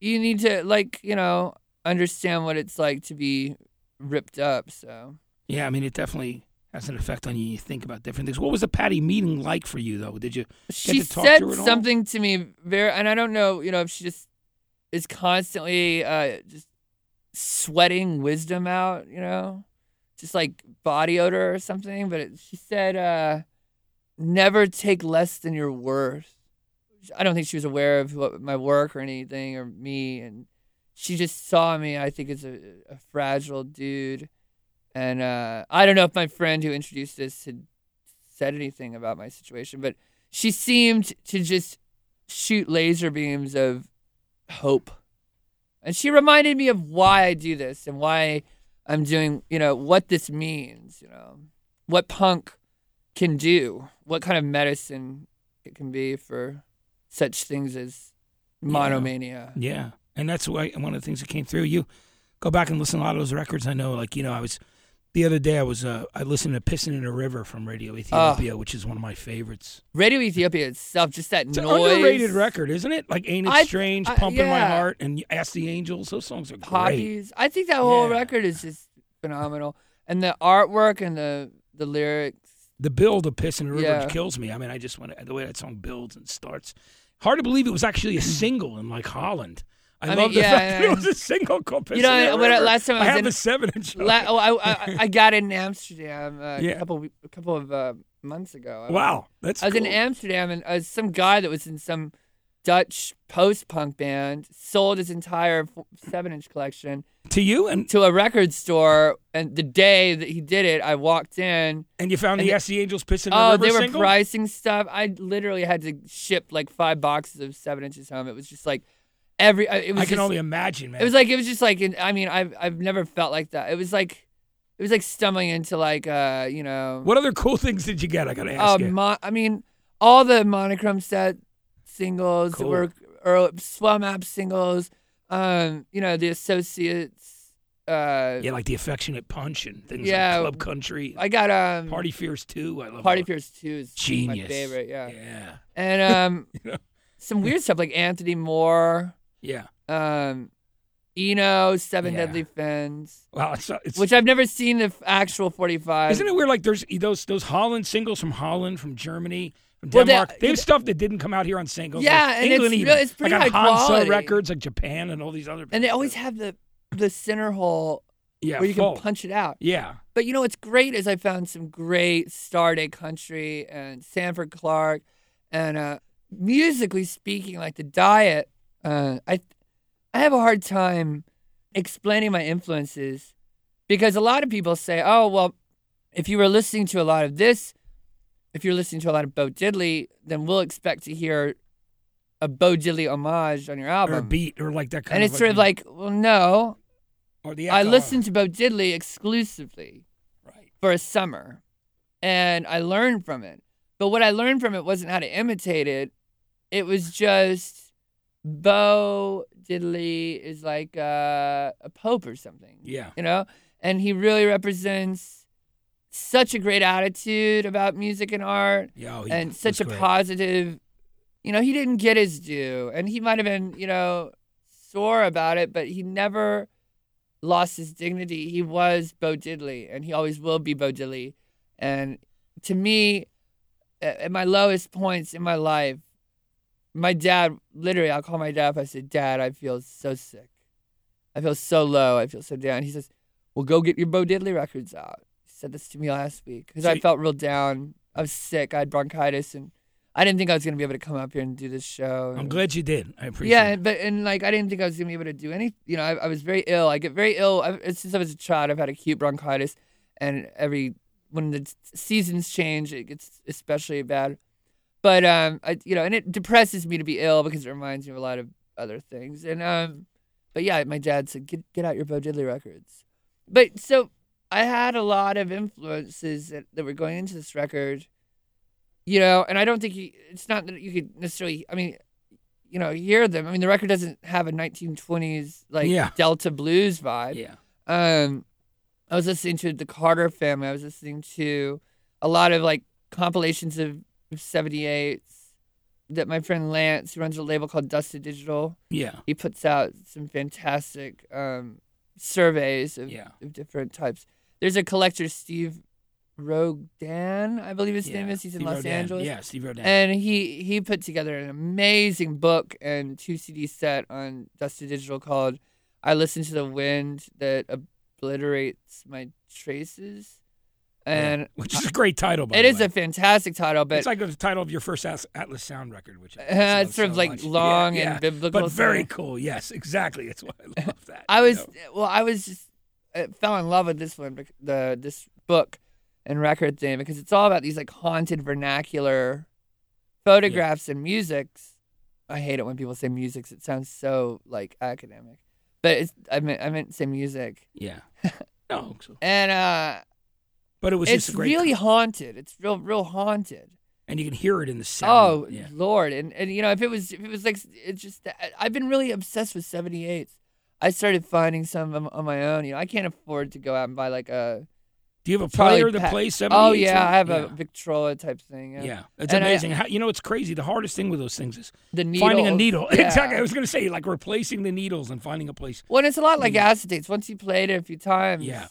[SPEAKER 3] you need to, like, you know, understand what it's like to be ripped up. So.
[SPEAKER 2] yeah, I mean, it definitely has an effect on you. You think about different things. What was the Patty meeting like for you, though? Did you?
[SPEAKER 3] she
[SPEAKER 2] to talk to
[SPEAKER 3] said
[SPEAKER 2] her at all?
[SPEAKER 3] something to me very and i don't know you know if she just is constantly uh just sweating wisdom out you know just like body odor or something but it, she said uh never take less than your worth i don't think she was aware of what, my work or anything or me and she just saw me i think as a, a fragile dude and uh i don't know if my friend who introduced us had said anything about my situation but she seemed to just shoot laser beams of hope. And she reminded me of why I do this and why I'm doing, you know, what this means, you know, what punk can do, what kind of medicine it can be for such things as monomania.
[SPEAKER 2] Yeah, and that's why one of the things that came through. You go back and listen to a lot of those records. I know, like you know, I was the other day. I was uh, I listened to "Pissing in a River" from Radio
[SPEAKER 3] Ah.
[SPEAKER 2] Ethiopia, which is one of my favorites.
[SPEAKER 3] Radio Ethiopia itself, just that
[SPEAKER 2] It's an
[SPEAKER 3] noise.
[SPEAKER 2] underrated record, isn't it? Like "Ain't It
[SPEAKER 3] I-
[SPEAKER 2] Strange,"
[SPEAKER 3] I-
[SPEAKER 2] "Pumping My
[SPEAKER 3] yeah.
[SPEAKER 2] Heart," and "Ask the Angels." Those songs are great.
[SPEAKER 3] poppies. I think that whole
[SPEAKER 2] Yeah.
[SPEAKER 3] record is just phenomenal. And the artwork and the, the lyrics.
[SPEAKER 2] The build of "Pissing in a River"
[SPEAKER 3] Yeah.
[SPEAKER 2] kills me. I mean, I just want to, the way that song builds and starts. Hard to believe it was actually a single in like Holland. I,
[SPEAKER 3] I mean,
[SPEAKER 2] love the
[SPEAKER 3] yeah,
[SPEAKER 2] fact that
[SPEAKER 3] yeah.
[SPEAKER 2] it was a single called "Pissing
[SPEAKER 3] You know,
[SPEAKER 2] in a
[SPEAKER 3] when I-
[SPEAKER 2] River."
[SPEAKER 3] last time I was
[SPEAKER 2] have
[SPEAKER 3] in-
[SPEAKER 2] the seven inch.
[SPEAKER 3] La- oh, I, I I got in Amsterdam uh,
[SPEAKER 2] Yeah.
[SPEAKER 3] a couple we- a couple of uh, months ago. I was-
[SPEAKER 2] wow, that's
[SPEAKER 3] I was in
[SPEAKER 2] cool.
[SPEAKER 3] Amsterdam and uh, some guy that was in some Dutch post punk band sold his entire seven inch collection
[SPEAKER 2] to you and
[SPEAKER 3] to a record store. And the day that he did it, I walked in.
[SPEAKER 2] And you found
[SPEAKER 3] And
[SPEAKER 2] the
[SPEAKER 3] the-
[SPEAKER 2] SC Angels pissing in a
[SPEAKER 3] Oh,
[SPEAKER 2] river
[SPEAKER 3] they were
[SPEAKER 2] single?
[SPEAKER 3] pricing stuff. I literally had to ship like five boxes of seven inches home. It was just like every. I- It was
[SPEAKER 2] I can
[SPEAKER 3] just-
[SPEAKER 2] only imagine, man.
[SPEAKER 3] It was like it was just like in- I mean I've I've never felt like that. It was like it was like stumbling into like uh you know
[SPEAKER 2] what other cool things did you get? I gotta
[SPEAKER 3] uh,
[SPEAKER 2] ask you.
[SPEAKER 3] mo- I mean all the monochrome set singles that
[SPEAKER 2] Cool.
[SPEAKER 3] were or swell app singles um you know the associates uh
[SPEAKER 2] yeah, like the affectionate punch and things
[SPEAKER 3] Yeah.
[SPEAKER 2] like Club Country,
[SPEAKER 3] I got um
[SPEAKER 2] Party Fears too. I love
[SPEAKER 3] Party
[SPEAKER 2] those.
[SPEAKER 3] Pierce 2 is
[SPEAKER 2] Genius.
[SPEAKER 3] my favorite yeah,
[SPEAKER 2] Yeah,
[SPEAKER 3] and um
[SPEAKER 2] Yeah.
[SPEAKER 3] some weird stuff like Anthony Moore
[SPEAKER 2] yeah.
[SPEAKER 3] um Eno Seven
[SPEAKER 2] Yeah.
[SPEAKER 3] Deadly Fins
[SPEAKER 2] Wow, it's, it's
[SPEAKER 3] which uh, I've never seen the f- actual 45
[SPEAKER 2] isn't it weird? Like there's e, those those Holland singles from Holland, from Germany, from
[SPEAKER 3] Well, they-
[SPEAKER 2] Denmark. they, have stuff that didn't come out here on singles.
[SPEAKER 3] Yeah,
[SPEAKER 2] like
[SPEAKER 3] and it's
[SPEAKER 2] England
[SPEAKER 3] real-
[SPEAKER 2] even.
[SPEAKER 3] it's pretty
[SPEAKER 2] like on
[SPEAKER 3] high
[SPEAKER 2] Hanso
[SPEAKER 3] quality.
[SPEAKER 2] records, like Japan and all these other.
[SPEAKER 3] and they always have the the center hole
[SPEAKER 2] yeah,
[SPEAKER 3] where you
[SPEAKER 2] full.
[SPEAKER 3] can punch it out.
[SPEAKER 2] Yeah,
[SPEAKER 3] But you know what's great is I found some great Star Day Country and Sanford Clark, and uh, musically speaking, like the diet. Uh, I I have a hard time explaining my influences because a lot of people say, "Oh, well, if you were listening to a lot of this, if you're listening to a lot of Bo Diddley, then we'll expect to hear a Bo Diddley homage on your
[SPEAKER 2] or a
[SPEAKER 3] album."
[SPEAKER 2] beat or like that kind
[SPEAKER 3] and
[SPEAKER 2] of.
[SPEAKER 3] it's sort of like, well, no,
[SPEAKER 2] or the
[SPEAKER 3] I
[SPEAKER 2] FLR.
[SPEAKER 3] listened to Bo Diddley exclusively
[SPEAKER 2] Right.
[SPEAKER 3] for a summer, and I learned from it. But what I learned from it wasn't how to imitate it. It was just Bo Diddley is like a, a pope or something,
[SPEAKER 2] Yeah,
[SPEAKER 3] you know, and he really represents such a great attitude about music and art
[SPEAKER 2] yeah, oh, he
[SPEAKER 3] and
[SPEAKER 2] was
[SPEAKER 3] such a
[SPEAKER 2] great.
[SPEAKER 3] positive you know he didn't get his due and he might have been you know sore about it but he never lost his dignity he was bo diddley and he always will be bo diddley and to me a- at my lowest points in my life my dad literally i'll call my dad if i said dad i feel so sick I feel so low. I feel so down. He says, Well, go get your Bo Diddley records out. He said this to me last week because
[SPEAKER 2] So
[SPEAKER 3] I
[SPEAKER 2] you-
[SPEAKER 3] felt real down. I was sick. I had bronchitis and I didn't think I was going to be able to come up here and do this show.
[SPEAKER 2] I'm
[SPEAKER 3] And-
[SPEAKER 2] glad you did. I appreciate
[SPEAKER 3] yeah,
[SPEAKER 2] it.
[SPEAKER 3] but and like I didn't think I was gonna be able to do any. You know, I, I was very ill. I get very ill I've, since I was a child. I've had acute bronchitis, and every when the s- seasons change, it gets especially bad. But um, I you know, and it depresses me to be ill because it reminds me of a lot of other things. And um, but yeah, my dad said get get out your Bo Diddley records. But so I had a lot of influences that, that were going into this record. You know, and I don't think you, it's not that you could necessarily. I mean, you know, hear them. I mean, the record doesn't have a 1920s like
[SPEAKER 2] Yeah.
[SPEAKER 3] Delta blues vibe.
[SPEAKER 2] Yeah.
[SPEAKER 3] Um, I was listening to the Carter Family. I was listening to a lot of like compilations of '78s that my friend Lance, who runs a label called Dusted Digital,
[SPEAKER 2] Yeah.
[SPEAKER 3] he puts out some fantastic um, surveys of,
[SPEAKER 2] Yeah.
[SPEAKER 3] of different types. There's a collector, Steve Rodan, I believe his
[SPEAKER 2] yeah.
[SPEAKER 3] name is. He's in
[SPEAKER 2] Steve
[SPEAKER 3] Los
[SPEAKER 2] Rodan.
[SPEAKER 3] Angeles.
[SPEAKER 2] Yeah, Steve Rodan.
[SPEAKER 3] And he he put together an amazing book and two CD set on Dusty Digital called "I Listen to the Wind That Obliterates My Traces," and
[SPEAKER 2] which is a great title, by
[SPEAKER 3] it
[SPEAKER 2] the
[SPEAKER 3] is
[SPEAKER 2] way.
[SPEAKER 3] a fantastic title, but
[SPEAKER 2] it's like the title of your first As- Atlas Sound record, which I
[SPEAKER 3] Uh,
[SPEAKER 2] love
[SPEAKER 3] it's sort of
[SPEAKER 2] so
[SPEAKER 3] like
[SPEAKER 2] much.
[SPEAKER 3] long
[SPEAKER 2] Yeah,
[SPEAKER 3] and
[SPEAKER 2] yeah.
[SPEAKER 3] biblical,
[SPEAKER 2] but very
[SPEAKER 3] so-
[SPEAKER 2] cool. Yes, exactly. That's why I love that.
[SPEAKER 3] I was
[SPEAKER 2] you know.
[SPEAKER 3] well. I was just I fell in love with this one, bec- the this book and record thing because it's all about these like haunted vernacular photographs and musics. I hate it when people say musics. It sounds so like academic, but it's, I meant I meant to say music.
[SPEAKER 2] yeah. No, so-
[SPEAKER 3] And uh,
[SPEAKER 2] but it was
[SPEAKER 3] it's
[SPEAKER 2] just a great.
[SPEAKER 3] really
[SPEAKER 2] title.
[SPEAKER 3] haunted. It's real, real haunted.
[SPEAKER 2] and you can hear it in the sound.
[SPEAKER 3] Oh
[SPEAKER 2] yeah.
[SPEAKER 3] Lord! And and you know if it was if it was like it's just I- I've been really obsessed with 78s. I started finding some of 'em on my own. You know I can't afford to go out and buy like a
[SPEAKER 2] Do you have a
[SPEAKER 3] Charlie
[SPEAKER 2] player that
[SPEAKER 3] Pat-
[SPEAKER 2] plays seven?
[SPEAKER 3] oh yeah I have a Victrola type thing.
[SPEAKER 2] Yeah,
[SPEAKER 3] Yeah,
[SPEAKER 2] it's
[SPEAKER 3] And I-
[SPEAKER 2] amazing. How, you know, it's crazy. The hardest thing with those things is
[SPEAKER 3] the needle.
[SPEAKER 2] finding a needle.
[SPEAKER 3] Yeah.
[SPEAKER 2] exactly. I was going to say like replacing the needles and finding a place.
[SPEAKER 3] Well, and it's a lot like
[SPEAKER 2] Yeah.
[SPEAKER 3] acetates. Once you played it a few times.
[SPEAKER 2] Yeah.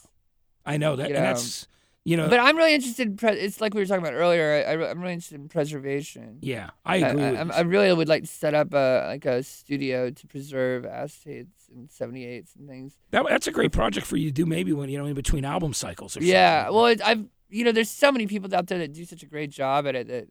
[SPEAKER 2] I know that.
[SPEAKER 3] You
[SPEAKER 2] and
[SPEAKER 3] know.
[SPEAKER 2] that's you know.
[SPEAKER 3] But I'm really interested. In pre- it's like we were talking about earlier. I, I, I'm really interested in preservation.
[SPEAKER 2] yeah, I agree.
[SPEAKER 3] I,
[SPEAKER 2] with
[SPEAKER 3] I'm-
[SPEAKER 2] you.
[SPEAKER 3] I really would like to set up a like a studio to preserve acetates and 78s and things.
[SPEAKER 2] That, that's a great project for you to do maybe when you know in between album cycles or
[SPEAKER 3] Yeah.
[SPEAKER 2] something.
[SPEAKER 3] Well, it, I've you know, there's so many people out there that do such a great job at it that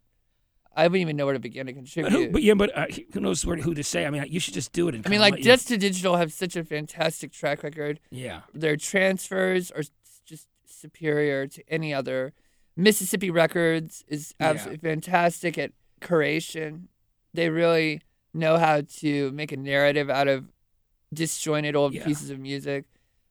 [SPEAKER 3] I wouldn't even know where to begin to
[SPEAKER 2] but who,
[SPEAKER 3] contribute.
[SPEAKER 2] but yeah, but uh, who knows where, who to say? I mean, you should just do it. And
[SPEAKER 3] I mean,
[SPEAKER 2] kinda
[SPEAKER 3] like
[SPEAKER 2] let you-
[SPEAKER 3] Dust to Digital have such a fantastic track record.
[SPEAKER 2] yeah,
[SPEAKER 3] Their transfers are s- just superior to any other. Mississippi Records is
[SPEAKER 2] Yeah.
[SPEAKER 3] absolutely fantastic at curation. They really know how to make a narrative out of disjointed old
[SPEAKER 2] Yeah.
[SPEAKER 3] pieces of music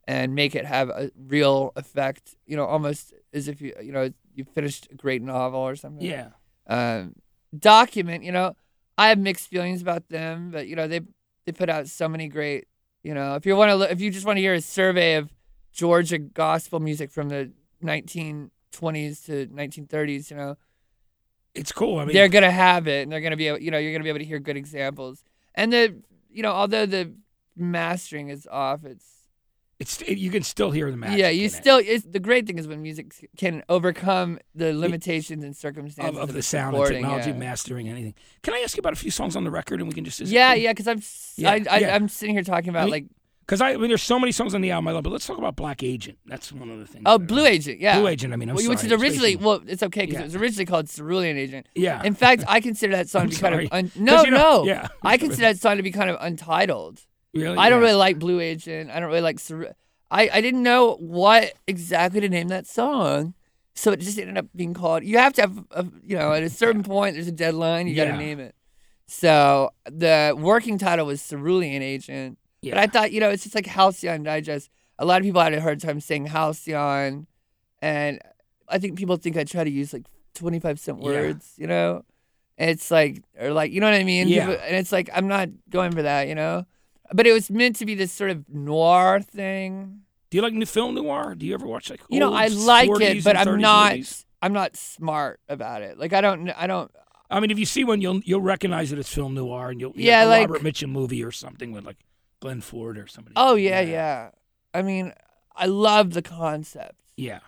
[SPEAKER 3] and make it have a real effect, you know, almost as if you you know you finished a great novel or something.
[SPEAKER 2] yeah,
[SPEAKER 3] Um, document, you know, I have mixed feelings about them, but you know they they put out so many great, you know, if you want to look, if you just want to hear a survey of Georgia gospel music from the 1920s to 1930s, you know,
[SPEAKER 2] it's cool. I mean,
[SPEAKER 3] they're gonna have it, and they're gonna be, able, you know, you're gonna be able to hear good examples. And the, you know, although the mastering is off, it's
[SPEAKER 2] it's it, you can still hear the magic.
[SPEAKER 3] yeah,
[SPEAKER 2] in
[SPEAKER 3] you
[SPEAKER 2] it
[SPEAKER 3] still. It's, the great thing is when music c- can overcome the limitations and
[SPEAKER 2] of,
[SPEAKER 3] circumstances of,
[SPEAKER 2] of the sound and
[SPEAKER 3] recording,
[SPEAKER 2] technology,
[SPEAKER 3] yeah.
[SPEAKER 2] mastering, anything. Can I ask you about a few songs on the record, and we can just
[SPEAKER 3] yeah, yeah, because I'm s-
[SPEAKER 2] Yeah,
[SPEAKER 3] I, I,
[SPEAKER 2] yeah.
[SPEAKER 3] am sitting here talking about
[SPEAKER 2] mean,
[SPEAKER 3] like
[SPEAKER 2] Because I, I mean, there's so many songs on the album I love, but let's talk about Black Agent. That's one of the things.
[SPEAKER 3] oh,
[SPEAKER 2] that I
[SPEAKER 3] Blue
[SPEAKER 2] love.
[SPEAKER 3] Agent, yeah,
[SPEAKER 2] Blue Agent. I mean, I'm
[SPEAKER 3] Well,
[SPEAKER 2] sorry.
[SPEAKER 3] which is
[SPEAKER 2] it's
[SPEAKER 3] originally
[SPEAKER 2] basically-
[SPEAKER 3] well, it's okay because
[SPEAKER 2] Yeah.
[SPEAKER 3] it was originally called Cerulean Agent.
[SPEAKER 2] yeah.
[SPEAKER 3] In fact, I consider that song
[SPEAKER 2] I'm
[SPEAKER 3] to be kind
[SPEAKER 2] sorry.
[SPEAKER 3] of un-
[SPEAKER 2] 'Cause
[SPEAKER 3] no,
[SPEAKER 2] you know-
[SPEAKER 3] no.
[SPEAKER 2] Yeah,
[SPEAKER 3] I consider that song to be kind of untitled.
[SPEAKER 2] Really?
[SPEAKER 3] I don't
[SPEAKER 2] Yeah.
[SPEAKER 3] really like Blue Agent. I don't really like. Ceru- I I didn't know what exactly to name that song, so it just ended up being called. You have to have, a, you know, at a certain point, there's a deadline. You got
[SPEAKER 2] Yeah.
[SPEAKER 3] to name it. So the working title was Cerulean Agent,
[SPEAKER 2] Yeah.
[SPEAKER 3] but I thought, you know, it's just like Halcyon Digest. A lot of people had a hard time saying Halcyon, and I think people think I try to use like 25 cent
[SPEAKER 2] Yeah.
[SPEAKER 3] words, you know. And it's like, or like, you know what I mean?
[SPEAKER 2] Yeah.
[SPEAKER 3] People- and it's like, I'm not going for that, you know? But it was meant to be this sort of noir thing.
[SPEAKER 2] Do you like new film noir? Do you ever watch like?
[SPEAKER 3] You know,
[SPEAKER 2] old
[SPEAKER 3] I like
[SPEAKER 2] 40s
[SPEAKER 3] it,
[SPEAKER 2] and
[SPEAKER 3] but I'm
[SPEAKER 2] 30s
[SPEAKER 3] not.
[SPEAKER 2] movies?
[SPEAKER 3] I'm not smart about it. Like I don't. kn- I don't.
[SPEAKER 2] I mean, if you see one, you'll you'll recognize that it's film noir, and you'll you
[SPEAKER 3] Yeah,
[SPEAKER 2] know,
[SPEAKER 3] like-
[SPEAKER 2] a Robert Mitchum movie or something with like Glenn Ford or somebody.
[SPEAKER 3] Oh yeah, yeah. I mean, I love the concept.
[SPEAKER 2] yeah,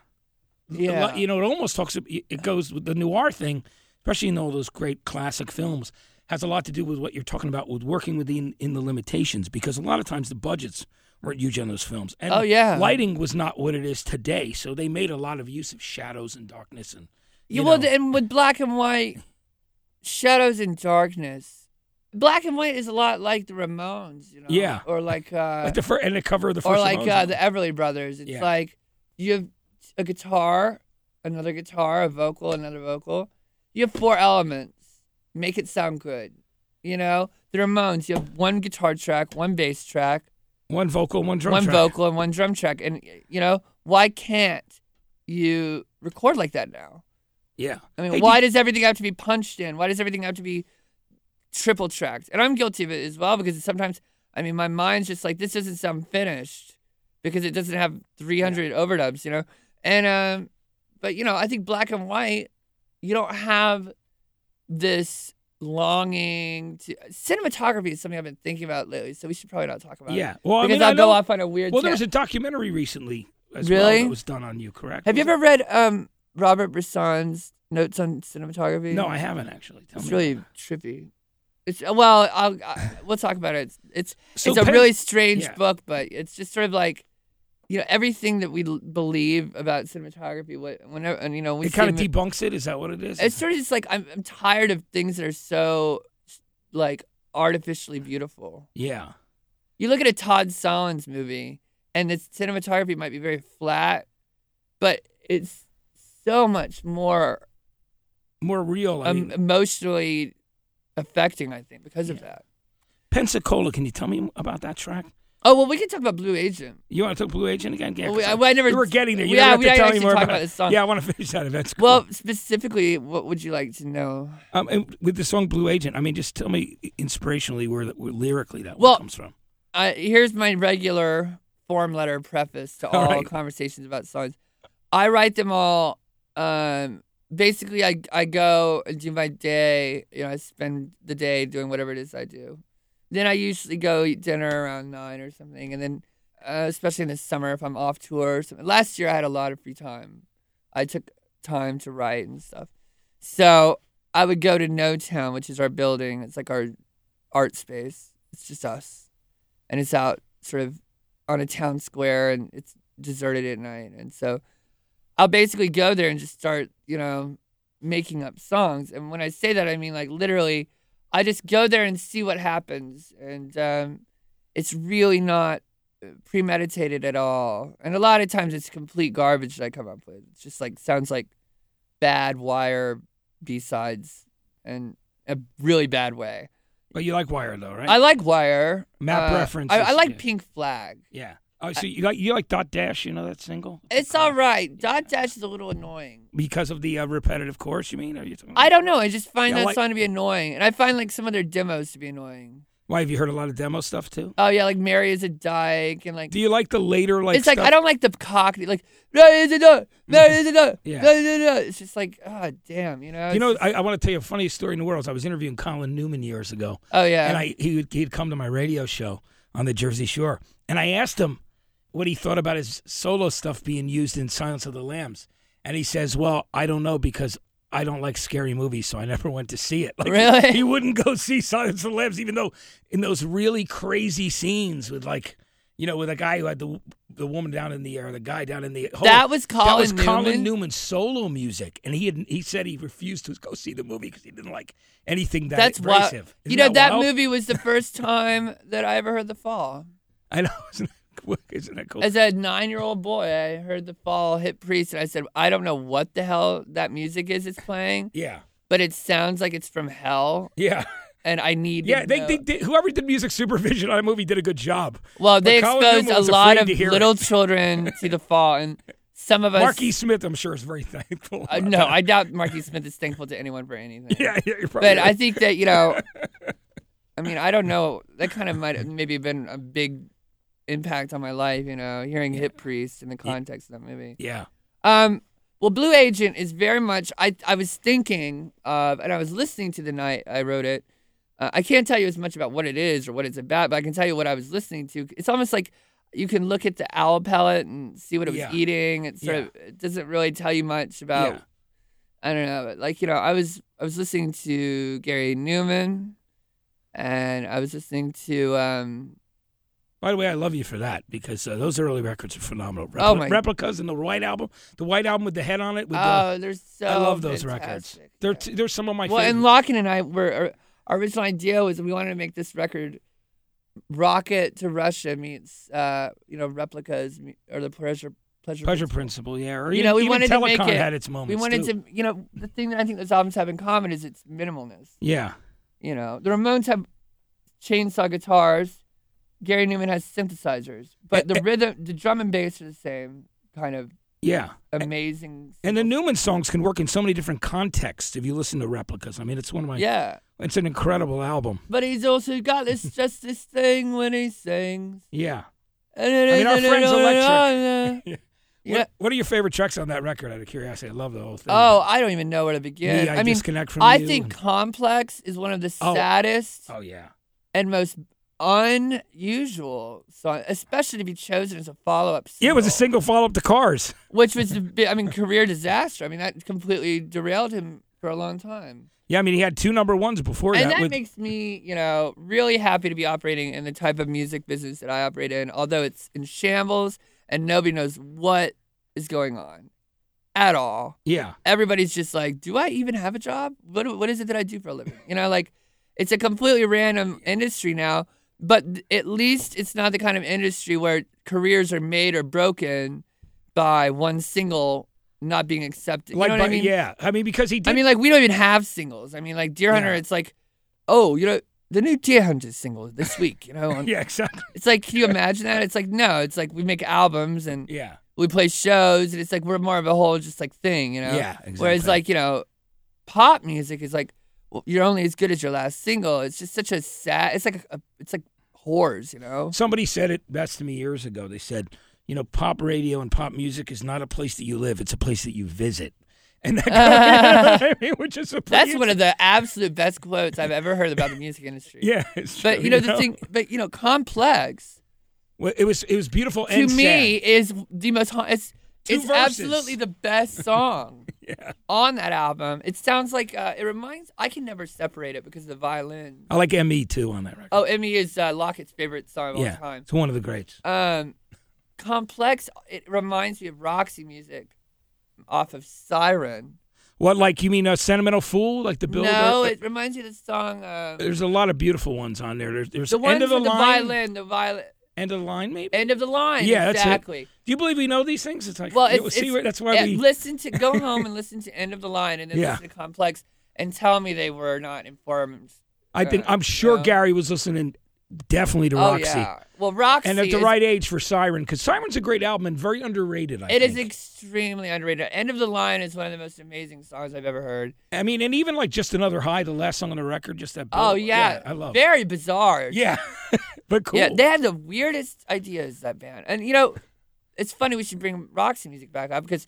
[SPEAKER 3] Yeah.
[SPEAKER 2] You know, it almost talks. It goes with the noir thing, especially in all those great classic films. Has a lot to do with what you're talking about with working within in the limitations, because a lot of times the budgets weren't huge on those films. And
[SPEAKER 3] Oh, yeah.
[SPEAKER 2] lighting was not what it is today, so they made a lot of use of shadows and darkness and
[SPEAKER 3] You
[SPEAKER 2] you
[SPEAKER 3] well,
[SPEAKER 2] know,
[SPEAKER 3] and with black and white, shadows and darkness. Black and white is a lot like the Ramones, you know.
[SPEAKER 2] Yeah.
[SPEAKER 3] Or like, uh,
[SPEAKER 2] like the fir- and the cover of the first
[SPEAKER 3] or like
[SPEAKER 2] Ramones
[SPEAKER 3] uh,
[SPEAKER 2] album.
[SPEAKER 3] the Everly Brothers. It's
[SPEAKER 2] Yeah.
[SPEAKER 3] like you have a guitar, another guitar, a vocal, another vocal. You have four elements. Make it sound good. You know, the Ramones. You have one guitar track, one bass track,
[SPEAKER 2] one vocal, one drum,
[SPEAKER 3] one
[SPEAKER 2] track.
[SPEAKER 3] vocal, and one drum track. And you know, why can't you record like that now?
[SPEAKER 2] Yeah,
[SPEAKER 3] I mean,
[SPEAKER 2] Hey,
[SPEAKER 3] why
[SPEAKER 2] did-
[SPEAKER 3] does everything have to be punched in? Why does everything have to be triple tracked? And I'm guilty of it as well because sometimes, I mean, my mind's just like, this doesn't sound finished because it doesn't have 300 overdubs, you know? And, um, but, you know, I think black and white, you don't have this longing to. Cinematography is something I've been thinking about lately, so we should probably not talk about it.
[SPEAKER 2] yeah. Well, I
[SPEAKER 3] Because
[SPEAKER 2] mean, I
[SPEAKER 3] I'll go
[SPEAKER 2] know-
[SPEAKER 3] off on a weird
[SPEAKER 2] Well, there
[SPEAKER 3] tangent.
[SPEAKER 2] was a documentary recently as well
[SPEAKER 3] Really?
[SPEAKER 2] that was done on you, correct?
[SPEAKER 3] Have you ever read um, Robert Bresson's Notes on Cinematography?
[SPEAKER 2] No, I haven't actually. Tell
[SPEAKER 3] It's
[SPEAKER 2] me.
[SPEAKER 3] really trippy. It's uh, well, I'll, I, we'll talk about it. It's it's,
[SPEAKER 2] So
[SPEAKER 3] it's a
[SPEAKER 2] Pen-
[SPEAKER 3] really strange
[SPEAKER 2] yeah.
[SPEAKER 3] book, but it's just sort of like you know everything that we l- believe about cinematography. What whenever and you know we
[SPEAKER 2] it kind of
[SPEAKER 3] see, mo-
[SPEAKER 2] debunks it. Is that what it is?
[SPEAKER 3] It's sort of just like I'm I'm tired of things that are so like artificially beautiful.
[SPEAKER 2] yeah,
[SPEAKER 3] You look at a Todd Solondz movie, and the cinematography might be very flat, but it's so much more
[SPEAKER 2] more real. I
[SPEAKER 3] um,
[SPEAKER 2] mean,
[SPEAKER 3] emotionally affecting. I think because of
[SPEAKER 2] Yeah.
[SPEAKER 3] that.
[SPEAKER 2] Pensacola. Can you tell me about that track?
[SPEAKER 3] Oh well, we can talk about Blue Agent.
[SPEAKER 2] You want to talk Blue Agent again? Yeah,
[SPEAKER 3] Well,
[SPEAKER 2] 'cause
[SPEAKER 3] we- well, I never-
[SPEAKER 2] We were getting there. You never
[SPEAKER 3] yeah,
[SPEAKER 2] have
[SPEAKER 3] we
[SPEAKER 2] to
[SPEAKER 3] didn't
[SPEAKER 2] tell me
[SPEAKER 3] actually
[SPEAKER 2] more
[SPEAKER 3] talk
[SPEAKER 2] about,
[SPEAKER 3] about this song.
[SPEAKER 2] Yeah, I want to finish that. That's cool.
[SPEAKER 3] Well, specifically, what would you like to know?
[SPEAKER 2] um, and with the song Blue Agent, I mean, just tell me inspirationally where, the- where lyrically that
[SPEAKER 3] Well,
[SPEAKER 2] one comes from.
[SPEAKER 3] I, here's my regular form letter preface to
[SPEAKER 2] All
[SPEAKER 3] all
[SPEAKER 2] right.
[SPEAKER 3] conversations about songs. I write them all. Um, basically, I I go and do my day. You know, I spend the day doing whatever it is I do. Then I usually go eat dinner around nine or something, and then uh, especially in the summer if I'm off tour. Or something. Last year I had a lot of free time. I took time to write and stuff. So I would go to No Town, which is our building. It's like our art space. It's just us, and it's out sort of on a town square, and it's deserted at night. And so I'll basically go there and just start, you know, making up songs. And when I say that, I mean like literally, I just go there and see what happens. And um, it's really not uh, premeditated at all. And a lot of times it's complete garbage that I come up with. It's just like sounds like bad wire B sides and a really bad way.
[SPEAKER 2] But you like Wire though, right?
[SPEAKER 3] I like Wire.
[SPEAKER 2] Map
[SPEAKER 3] Uh,
[SPEAKER 2] references,
[SPEAKER 3] I, I like
[SPEAKER 2] yeah.
[SPEAKER 3] Pink Flag.
[SPEAKER 2] yeah. Oh, so you like you like Dot Dash? You know that single?
[SPEAKER 3] It's all right. Dot Dash is a little annoying.
[SPEAKER 2] because of the uh, repetitive chorus. You mean? Are you talking?
[SPEAKER 3] I don't know. I just find
[SPEAKER 2] Yeah,
[SPEAKER 3] that
[SPEAKER 2] like-
[SPEAKER 3] song to be annoying, and I find like some of their demos to be annoying.
[SPEAKER 2] Why have you heard a lot of demo stuff too?
[SPEAKER 3] Oh yeah, like Mary is a dyke, and like
[SPEAKER 2] Do you like the later like?
[SPEAKER 3] it's like
[SPEAKER 2] stuff?
[SPEAKER 3] I don't like the cockney, like Mary is a dyke, Mary is a dyke,
[SPEAKER 2] Yeah.
[SPEAKER 3] Mary is a dyke. It's just like ah damn, you know.
[SPEAKER 2] You
[SPEAKER 3] It's
[SPEAKER 2] know,
[SPEAKER 3] just-
[SPEAKER 2] I, I want to tell you a funniest story in the world. I was interviewing Colin Newman years ago,
[SPEAKER 3] oh yeah,
[SPEAKER 2] and I he would, he'd come to my radio show on the Jersey Shore, and I asked him what he thought about his solo stuff being used in Silence of the Lambs, and he says, "Well, I don't know because." I don't like scary movies, so I never went to see it. Like
[SPEAKER 3] Really?
[SPEAKER 2] he wouldn't go see Silence of the Lambs, even though in those really crazy scenes with like, you know, with a guy who had the the woman down in the air, the guy down in the hole.
[SPEAKER 3] that was Colin
[SPEAKER 2] that was
[SPEAKER 3] Newman.
[SPEAKER 2] Colin Newman's solo music, and he had, he said he refused to go see the movie because he didn't like anything that
[SPEAKER 3] That's wild.
[SPEAKER 2] abrasive. Isn't
[SPEAKER 3] You know that
[SPEAKER 2] wild?
[SPEAKER 3] movie was the first time that I ever heard The Fall.
[SPEAKER 2] I know, isn't that cool? Isn't that cool?
[SPEAKER 3] As a nine-year-old boy, I heard the fall hit Priest, and I said, "I don't know what the hell that music is it's playing,
[SPEAKER 2] yeah,
[SPEAKER 3] but it sounds like it's from hell,
[SPEAKER 2] yeah,
[SPEAKER 3] and I need."
[SPEAKER 2] yeah.
[SPEAKER 3] to
[SPEAKER 2] They,
[SPEAKER 3] know."
[SPEAKER 2] they, did whoever did music supervision on a movie did a good job.
[SPEAKER 3] well,
[SPEAKER 2] but
[SPEAKER 3] they
[SPEAKER 2] Colin
[SPEAKER 3] exposed
[SPEAKER 2] Newman
[SPEAKER 3] a
[SPEAKER 2] was
[SPEAKER 3] lot
[SPEAKER 2] afraid
[SPEAKER 3] of
[SPEAKER 2] to hear
[SPEAKER 3] little
[SPEAKER 2] it.
[SPEAKER 3] children to the fall, and some of us.
[SPEAKER 2] Marky E. Smith, I'm sure, is very thankful.
[SPEAKER 3] uh, no, I doubt Marky Smith is thankful to anyone for anything.
[SPEAKER 2] yeah, yeah, you're probably.
[SPEAKER 3] but I
[SPEAKER 2] right.
[SPEAKER 3] think that you know, I mean, I don't know. That kind of might have maybe been a big impact on my life. You know, hearing Hit Priest in the context of that movie.
[SPEAKER 2] yeah,
[SPEAKER 3] Um, well, Blue Agent is very much. I I was thinking of, and I was listening to the night I wrote it. Uh, I can't tell you as much about what it is or what it's about, but I can tell you what I was listening to. It's almost like you can look at the owl pellet and see what it was
[SPEAKER 2] Yeah.
[SPEAKER 3] eating. It sort
[SPEAKER 2] Yeah.
[SPEAKER 3] of it doesn't really tell you much about.
[SPEAKER 2] Yeah.
[SPEAKER 3] I don't know, but like you know, I was I was listening to Gary Newman, and I was listening to um,
[SPEAKER 2] By the way, I love you for that because uh, those early records are phenomenal. Repli-
[SPEAKER 3] Oh, my-
[SPEAKER 2] replicas and the White album, the White album with the head on it. With
[SPEAKER 3] Oh, they're so
[SPEAKER 2] the, I love those records.
[SPEAKER 3] fantastic.
[SPEAKER 2] They're
[SPEAKER 3] Yeah.
[SPEAKER 2] t- they're some of my
[SPEAKER 3] well,
[SPEAKER 2] favorite.
[SPEAKER 3] and Locken and I were our, our original idea was we wanted to make this record rocket to Russia meets uh, you know replicas me- or the pleasure pleasure.
[SPEAKER 2] Pleasure
[SPEAKER 3] Principle.
[SPEAKER 2] Principle, yeah. Or
[SPEAKER 3] You
[SPEAKER 2] even,
[SPEAKER 3] know, we
[SPEAKER 2] even
[SPEAKER 3] wanted to
[SPEAKER 2] Telecom
[SPEAKER 3] make it-
[SPEAKER 2] had its moments.
[SPEAKER 3] We wanted
[SPEAKER 2] too.
[SPEAKER 3] to you know the thing that I think those albums have in common is its minimalness.
[SPEAKER 2] Yeah,
[SPEAKER 3] You know, the Ramones have chainsaw guitars. Gary Newman has synthesizers, but
[SPEAKER 2] Eh,
[SPEAKER 3] the rhythm, the drum and bass are the same kind of
[SPEAKER 2] yeah.
[SPEAKER 3] amazing.
[SPEAKER 2] And the Newman songs can work in so many different contexts if you listen to replicas. I mean, it's one of my.
[SPEAKER 3] yeah,
[SPEAKER 2] It's an incredible album.
[SPEAKER 3] but he's also got this just this thing when he sings.
[SPEAKER 2] Yeah.
[SPEAKER 3] I mean,
[SPEAKER 2] our friend's
[SPEAKER 3] electric.
[SPEAKER 2] What,
[SPEAKER 3] yeah.
[SPEAKER 2] what are your favorite tracks on that record? Out of curiosity, I love the whole thing.
[SPEAKER 3] Oh, I don't even know where to begin.
[SPEAKER 2] Me, I,
[SPEAKER 3] I mean,
[SPEAKER 2] disconnect from
[SPEAKER 3] I
[SPEAKER 2] you
[SPEAKER 3] think
[SPEAKER 2] and-
[SPEAKER 3] Complex is one of the
[SPEAKER 2] Oh.
[SPEAKER 3] saddest
[SPEAKER 2] oh yeah.
[SPEAKER 3] and most unusual song, especially to be chosen as a follow-up. Single,
[SPEAKER 2] Yeah, it was a single follow up to Cars.
[SPEAKER 3] which was, a bi- I mean, career disaster. I mean, that completely derailed him for a long time.
[SPEAKER 2] Yeah, I mean he had two number ones before
[SPEAKER 3] and
[SPEAKER 2] that.
[SPEAKER 3] that
[SPEAKER 2] with,
[SPEAKER 3] makes me, you know, really happy to be operating in the type of music business that I operate in, although it's in shambles and nobody knows what is going on at all.
[SPEAKER 2] yeah,
[SPEAKER 3] Everybody's just like, do I even have a job? What what is it that I do for a living? You know, like it's a completely random industry now, but at least it's not the kind of industry where careers are made or broken by one single not being accepted.
[SPEAKER 2] like
[SPEAKER 3] you know what I
[SPEAKER 2] but-
[SPEAKER 3] mean?
[SPEAKER 2] yeah. I mean because he did.
[SPEAKER 3] I mean, like we don't even have singles. I mean, like Deer Hunter,
[SPEAKER 2] Yeah.
[SPEAKER 3] it's like, oh, you know, the new Deer Hunter single is this week. You know, on-
[SPEAKER 2] yeah, exactly.
[SPEAKER 3] it's like, can you imagine that? It's like, no, it's like we make albums and
[SPEAKER 2] Yeah,
[SPEAKER 3] we play shows, and it's like we're more of a whole just like thing, you know.
[SPEAKER 2] yeah. Exactly.
[SPEAKER 3] Whereas, like you know, pop music is like w- you're only as good as your last single. It's just such a sad. It's like a, it's like whores, you know.
[SPEAKER 2] somebody said it best to me years ago. They said, you know, pop radio and pop music is not a place that you live; it's a place that you visit. And that, kind of, you know what I mean, which is a
[SPEAKER 3] That's one of the absolute best quotes I've ever heard about the music industry.
[SPEAKER 2] yeah. it's true,
[SPEAKER 3] But you know the thing, but you know, complex.
[SPEAKER 2] Well, it was it was beautiful
[SPEAKER 3] to
[SPEAKER 2] and sad.
[SPEAKER 3] me is the most hau- it's
[SPEAKER 2] Two
[SPEAKER 3] it's
[SPEAKER 2] verses.
[SPEAKER 3] absolutely the best song
[SPEAKER 2] Yeah.
[SPEAKER 3] on that album. It sounds like uh, it reminds I can never separate it because of the violin.
[SPEAKER 2] I like ME too on that record.
[SPEAKER 3] Oh, Emmy is uh, Lockett's favorite song of
[SPEAKER 2] yeah,
[SPEAKER 3] all time.
[SPEAKER 2] it's one of the greats.
[SPEAKER 3] Um, complex. It reminds me of Roxy music off of Siren.
[SPEAKER 2] What like you mean a sentimental fool like the Bill?
[SPEAKER 3] no, it reminds me of the song. Um,
[SPEAKER 2] there's a lot of beautiful ones on there. There's, there's
[SPEAKER 3] the one
[SPEAKER 2] Uh, end of the
[SPEAKER 3] with the
[SPEAKER 2] line,
[SPEAKER 3] violin. The violin.
[SPEAKER 2] end of the line maybe.
[SPEAKER 3] End of the line.
[SPEAKER 2] Yeah, that's it.
[SPEAKER 3] exactly.
[SPEAKER 2] Do you believe we know these things? It's like
[SPEAKER 3] Well,
[SPEAKER 2] you
[SPEAKER 3] it's,
[SPEAKER 2] know, see,
[SPEAKER 3] it's-
[SPEAKER 2] where- that's why
[SPEAKER 3] yeah,
[SPEAKER 2] we.
[SPEAKER 3] listen to go home and listen to end of the line and then
[SPEAKER 2] Yeah.
[SPEAKER 3] listen to complex and tell me they were not informed.
[SPEAKER 2] I think
[SPEAKER 3] uh,
[SPEAKER 2] I'm sure
[SPEAKER 3] yeah.
[SPEAKER 2] Gary was listening definitely to Roxy.
[SPEAKER 3] Oh yeah, well Roxy
[SPEAKER 2] And at the
[SPEAKER 3] is-
[SPEAKER 2] right age for Siren, because Siren's a great album and very underrated. I
[SPEAKER 3] It is
[SPEAKER 2] think.
[SPEAKER 3] extremely underrated. End of the line is one of the most amazing songs I've ever heard.
[SPEAKER 2] I mean, and even like just another high, the last song on the record, just that.
[SPEAKER 3] Oh
[SPEAKER 2] build-
[SPEAKER 3] yeah,
[SPEAKER 2] I love. it.
[SPEAKER 3] very bizarre.
[SPEAKER 2] Yeah, but cool.
[SPEAKER 3] yeah, they had the weirdest ideas that band, and you know, it's funny we should bring Roxy music back up because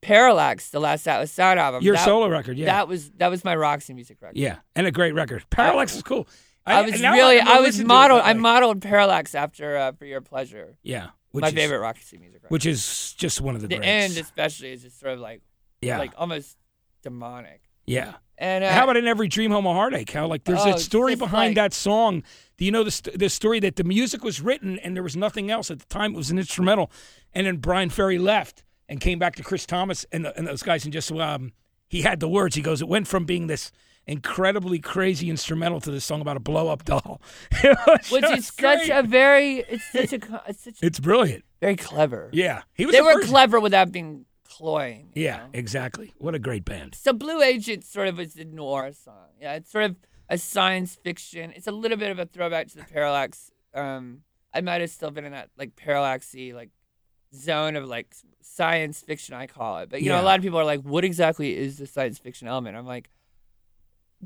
[SPEAKER 3] Parallax, the last Atlas Sound album,
[SPEAKER 2] Your
[SPEAKER 3] that,
[SPEAKER 2] solo record, yeah,
[SPEAKER 3] that was that was my Roxy music record.
[SPEAKER 2] yeah, and a great record. Parallax is cool.
[SPEAKER 3] I, was
[SPEAKER 2] now
[SPEAKER 3] really,
[SPEAKER 2] I'm gonna
[SPEAKER 3] I was
[SPEAKER 2] listen to it,
[SPEAKER 3] modeled,
[SPEAKER 2] but,
[SPEAKER 3] I
[SPEAKER 2] like,
[SPEAKER 3] modeled Parallax after uh, For Your Pleasure,
[SPEAKER 2] Yeah, which
[SPEAKER 3] my
[SPEAKER 2] is,
[SPEAKER 3] favorite Roxy music. Record.
[SPEAKER 2] which is just one of the,
[SPEAKER 3] the
[SPEAKER 2] greats.
[SPEAKER 3] end especially is just sort of like,
[SPEAKER 2] yeah,
[SPEAKER 3] like almost demonic.
[SPEAKER 2] yeah.
[SPEAKER 3] And uh,
[SPEAKER 2] How about in every dream home a heartache? How like there's
[SPEAKER 3] Oh,
[SPEAKER 2] a story
[SPEAKER 3] just
[SPEAKER 2] behind
[SPEAKER 3] like-
[SPEAKER 2] that song. Do you know the st- the story that the music was written and there was nothing else at the time? It was an instrumental, and then Brian Ferry left and came back to Chris Thomas and the, and those guys and just um he had the words. He goes, it went from being this incredibly crazy instrumental to this song about a blow up doll, It was
[SPEAKER 3] which
[SPEAKER 2] just
[SPEAKER 3] is such
[SPEAKER 2] great.
[SPEAKER 3] a very, it's such a, co- it's such
[SPEAKER 2] it's brilliant.
[SPEAKER 3] very clever.
[SPEAKER 2] Yeah, he was
[SPEAKER 3] they
[SPEAKER 2] the
[SPEAKER 3] were
[SPEAKER 2] first-
[SPEAKER 3] clever without being cloying. you
[SPEAKER 2] Yeah,
[SPEAKER 3] know?
[SPEAKER 2] exactly. What a great band.
[SPEAKER 3] So Blue Agent sort of is the noir song. Yeah, it's sort of a science fiction. It's a little bit of a throwback to the Parallax. Um, I might have still been in that like Parallaxy like zone of like science fiction. I call it, but you know,
[SPEAKER 2] Yeah.
[SPEAKER 3] a lot of people are like, "What exactly is the science fiction element?" I'm like,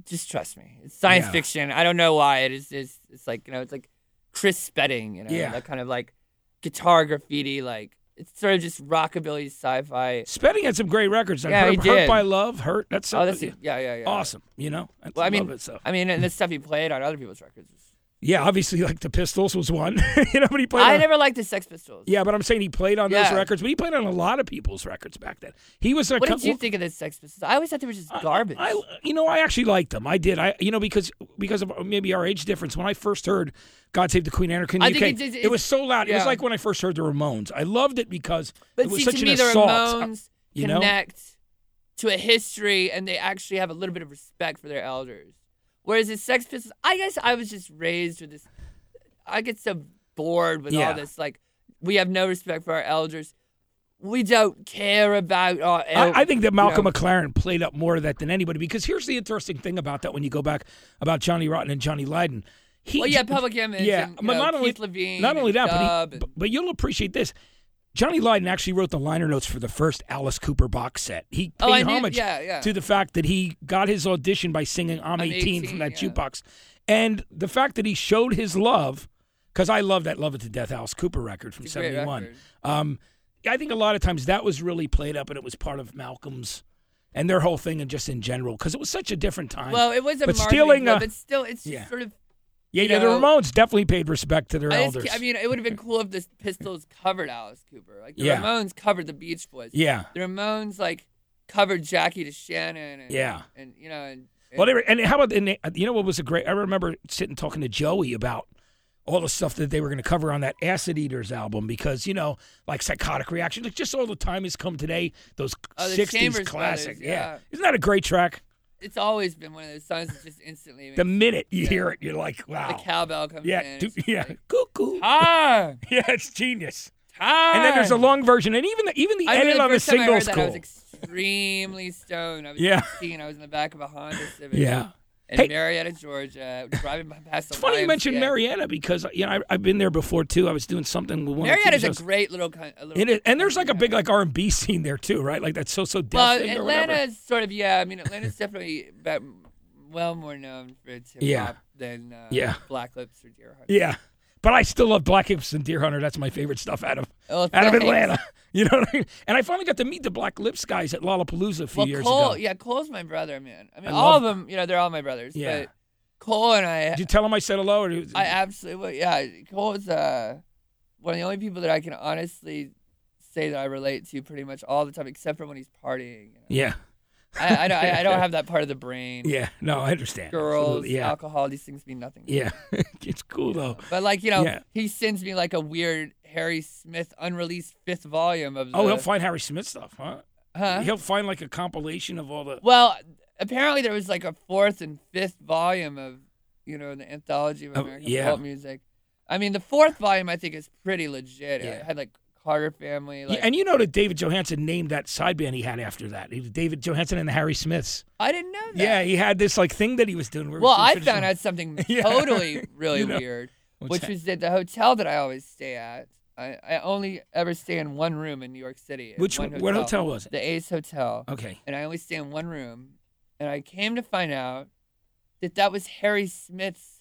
[SPEAKER 3] just trust me. It's science
[SPEAKER 2] Yeah.
[SPEAKER 3] fiction. I don't know why it is. It's, it's like you know, it's like Chris Spedding. You know,
[SPEAKER 2] Yeah.
[SPEAKER 3] that kind of like guitar graffiti. Like it's sort of just rockabilly sci-fi.
[SPEAKER 2] Spedding had some great records. Like
[SPEAKER 3] Yeah,
[SPEAKER 2] hurt,
[SPEAKER 3] he
[SPEAKER 2] hurt
[SPEAKER 3] did.
[SPEAKER 2] by love, hurt. That's
[SPEAKER 3] oh,
[SPEAKER 2] something-
[SPEAKER 3] that's yeah, yeah, yeah.
[SPEAKER 2] awesome. You know, I
[SPEAKER 3] Well, I
[SPEAKER 2] love
[SPEAKER 3] mean,
[SPEAKER 2] it, so.
[SPEAKER 3] I mean, and the stuff he played on other people's records. is
[SPEAKER 2] Yeah, obviously, like the Pistols was one. you know, but he played.
[SPEAKER 3] I
[SPEAKER 2] on,
[SPEAKER 3] never liked the Sex Pistols.
[SPEAKER 2] yeah, but I'm saying he played on
[SPEAKER 3] Yeah.
[SPEAKER 2] those records, but he played on a lot of people's records back then. He was a
[SPEAKER 3] What
[SPEAKER 2] co-
[SPEAKER 3] did you think of the Sex Pistols? I always thought they were just
[SPEAKER 2] I-
[SPEAKER 3] garbage.
[SPEAKER 2] I, you know, I actually liked them. I did. I, you know, because because of maybe our age difference. When I first heard "God Save the Queen" Anarchy in the
[SPEAKER 3] I
[SPEAKER 2] UK,
[SPEAKER 3] think it's- it's-
[SPEAKER 2] it was so loud. It was
[SPEAKER 3] yeah.
[SPEAKER 2] like when I first heard the Ramones. I loved it because
[SPEAKER 3] but
[SPEAKER 2] it was
[SPEAKER 3] see,
[SPEAKER 2] such
[SPEAKER 3] to
[SPEAKER 2] an
[SPEAKER 3] me, the
[SPEAKER 2] assault.
[SPEAKER 3] Ramones
[SPEAKER 2] you know?
[SPEAKER 3] connect to a history, and they actually have a little bit of respect for their elders. Whereas the Sex Pistols, I guess I was just raised with this. I get so bored with
[SPEAKER 2] Yeah.
[SPEAKER 3] all this. Like, we have no respect for our elders. We don't care about our. el-
[SPEAKER 2] I, I think that Malcolm
[SPEAKER 3] Yeah.
[SPEAKER 2] McLaren played up more of that than anybody because here's the interesting thing about that when you go back about Johnny Rotten and Johnny Lydon. He,
[SPEAKER 3] Well, yeah, public image.
[SPEAKER 2] Yeah,
[SPEAKER 3] and,
[SPEAKER 2] but
[SPEAKER 3] you know,
[SPEAKER 2] not only
[SPEAKER 3] Keith Levine
[SPEAKER 2] not only
[SPEAKER 3] and
[SPEAKER 2] that, but,
[SPEAKER 3] Dub
[SPEAKER 2] he,
[SPEAKER 3] and-
[SPEAKER 2] but but you'll appreciate this. Johnny Lydon actually wrote the liner notes for the first Alice Cooper box set. He
[SPEAKER 3] Oh, I
[SPEAKER 2] paid
[SPEAKER 3] knew-
[SPEAKER 2] homage
[SPEAKER 3] yeah, yeah.
[SPEAKER 2] to the fact that he got his audition by singing "I'm, 18,
[SPEAKER 3] 18,
[SPEAKER 2] from that
[SPEAKER 3] yeah.
[SPEAKER 2] jukebox, and the fact that he showed his love, because I love that "Love It to Death" Alice Cooper record from
[SPEAKER 3] It's a great
[SPEAKER 2] '71.
[SPEAKER 3] record.
[SPEAKER 2] Um, I think a lot of times that was really played up, and it was part of Malcolm's and their whole thing, and just in general, because it was such a different time.
[SPEAKER 3] Well, it was a
[SPEAKER 2] but
[SPEAKER 3] marketing
[SPEAKER 2] stealing
[SPEAKER 3] club,
[SPEAKER 2] a-
[SPEAKER 3] but still, it's just
[SPEAKER 2] yeah.
[SPEAKER 3] sort of.
[SPEAKER 2] yeah,
[SPEAKER 3] you
[SPEAKER 2] yeah, the
[SPEAKER 3] know-
[SPEAKER 2] Ramones definitely paid respect to their
[SPEAKER 3] I,
[SPEAKER 2] elders.
[SPEAKER 3] just, I mean, it would have been cool if the Pistols covered Alice Cooper. Like the
[SPEAKER 2] Yeah.
[SPEAKER 3] Ramones covered the Beach Boys.
[SPEAKER 2] yeah.
[SPEAKER 3] The Ramones like covered Jackie to Shannon. And,
[SPEAKER 2] Yeah.
[SPEAKER 3] And you know, and, and-
[SPEAKER 2] Well, they were, and how about and they, you know what was a great? I remember sitting talking to Joey about all the stuff that they were going to cover on that Acid Eaters album because you know, like Psychotic Reaction, like just all the time has come today. Those
[SPEAKER 3] Oh, the
[SPEAKER 2] '60s
[SPEAKER 3] Chambers
[SPEAKER 2] classic,
[SPEAKER 3] Brothers, yeah.
[SPEAKER 2] isn't that a great track?
[SPEAKER 3] it's always been one of those songs that just instantly
[SPEAKER 2] The
[SPEAKER 3] makes-
[SPEAKER 2] minute you
[SPEAKER 3] Yeah.
[SPEAKER 2] hear it, you're like,
[SPEAKER 3] the
[SPEAKER 2] wow,
[SPEAKER 3] cowbell comes in.
[SPEAKER 2] yeah,
[SPEAKER 3] it's
[SPEAKER 2] dude,
[SPEAKER 3] just
[SPEAKER 2] yeah,
[SPEAKER 3] Like,
[SPEAKER 2] cuckoo,
[SPEAKER 3] Time,
[SPEAKER 2] yeah, it's genius.
[SPEAKER 3] time.
[SPEAKER 2] And then there's a long version, and even the, even the
[SPEAKER 3] I
[SPEAKER 2] edit
[SPEAKER 3] remember
[SPEAKER 2] on the
[SPEAKER 3] first time I heard
[SPEAKER 2] singles
[SPEAKER 3] that, I
[SPEAKER 2] cool.
[SPEAKER 3] was extremely stoned. I was
[SPEAKER 2] Yeah.
[SPEAKER 3] 16. I was in the back of a Honda Civic.
[SPEAKER 2] yeah.
[SPEAKER 3] in
[SPEAKER 2] Hey-
[SPEAKER 3] Marietta, Georgia, driving by past the
[SPEAKER 2] It's funny you mentioned
[SPEAKER 3] YMCA.
[SPEAKER 2] Marietta because you know I, I've been there before too. I was doing something with one. of the
[SPEAKER 3] Marietta's
[SPEAKER 2] TV
[SPEAKER 3] a
[SPEAKER 2] shows.
[SPEAKER 3] great little, coun- a little
[SPEAKER 2] It is, and there's like a big like R and B scene there too, right? Like that so so death
[SPEAKER 3] well,
[SPEAKER 2] thing or
[SPEAKER 3] Atlanta
[SPEAKER 2] whatever.
[SPEAKER 3] is sort of yeah. I mean, Atlanta's definitely about, well more known for its hip hop
[SPEAKER 2] Yeah.
[SPEAKER 3] than uh,
[SPEAKER 2] Yeah.
[SPEAKER 3] Black Lips or Deer Hunter.
[SPEAKER 2] Yeah, but I still love Black Hips and Deer Hunter. That's my favorite stuff out of
[SPEAKER 3] Oh,
[SPEAKER 2] out of
[SPEAKER 3] thanks.
[SPEAKER 2] Atlanta. You know what I mean? And I finally got to meet the Black Lips guys at Lollapalooza a few
[SPEAKER 3] Well,
[SPEAKER 2] years
[SPEAKER 3] Cole,
[SPEAKER 2] ago.
[SPEAKER 3] yeah, Cole's my brother, man. I mean,
[SPEAKER 2] I
[SPEAKER 3] all
[SPEAKER 2] love-
[SPEAKER 3] of them, you know, they're all my brothers.
[SPEAKER 2] Yeah.
[SPEAKER 3] But Cole and I,
[SPEAKER 2] Did you tell him I said hello? Or
[SPEAKER 3] I absolutely, well, yeah. Cole is uh, one of the only people that I can honestly say that I relate to pretty much all the time, except for when he's partying. you know.
[SPEAKER 2] yeah,
[SPEAKER 3] I, I, don't, I, I don't have that part of the brain.
[SPEAKER 2] yeah. No, I understand.
[SPEAKER 3] Girls,
[SPEAKER 2] Absolutely. yeah,
[SPEAKER 3] alcohol, these things mean nothing. to me.
[SPEAKER 2] yeah. it's cool though.
[SPEAKER 3] But like you know,
[SPEAKER 2] Yeah.
[SPEAKER 3] he sends me like a weird Harry Smith unreleased fifth volume of. The,
[SPEAKER 2] Oh, he'll find Harry Smith stuff, huh?
[SPEAKER 3] huh?
[SPEAKER 2] He'll find like a compilation of all the.
[SPEAKER 3] Well, apparently there was like a fourth and fifth volume of you know the anthology of
[SPEAKER 2] Oh,
[SPEAKER 3] American
[SPEAKER 2] yeah.
[SPEAKER 3] folk music. I mean, the fourth volume I think is pretty legit.
[SPEAKER 2] Yeah.
[SPEAKER 3] It had like Carter family. Like,
[SPEAKER 2] and you know that David Johansen named that side band he had after that. He- David Johansen and the Harry Smiths.
[SPEAKER 3] I didn't know that.
[SPEAKER 2] Yeah, he had this like thing that he was doing. Where he was
[SPEAKER 3] Well,
[SPEAKER 2] doing
[SPEAKER 3] I
[SPEAKER 2] traditional-
[SPEAKER 3] found out something
[SPEAKER 2] Yeah.
[SPEAKER 3] totally really
[SPEAKER 2] You know.
[SPEAKER 3] weird,
[SPEAKER 2] What's
[SPEAKER 3] which
[SPEAKER 2] that?
[SPEAKER 3] was that the hotel that I always stay at. I, I only ever stay in one room in New York City. in
[SPEAKER 2] which
[SPEAKER 3] one
[SPEAKER 2] what hotel was it?
[SPEAKER 3] The Ace Hotel.
[SPEAKER 2] Okay.
[SPEAKER 3] and I only stay in one room. And I came to find out that that was Harry Smith's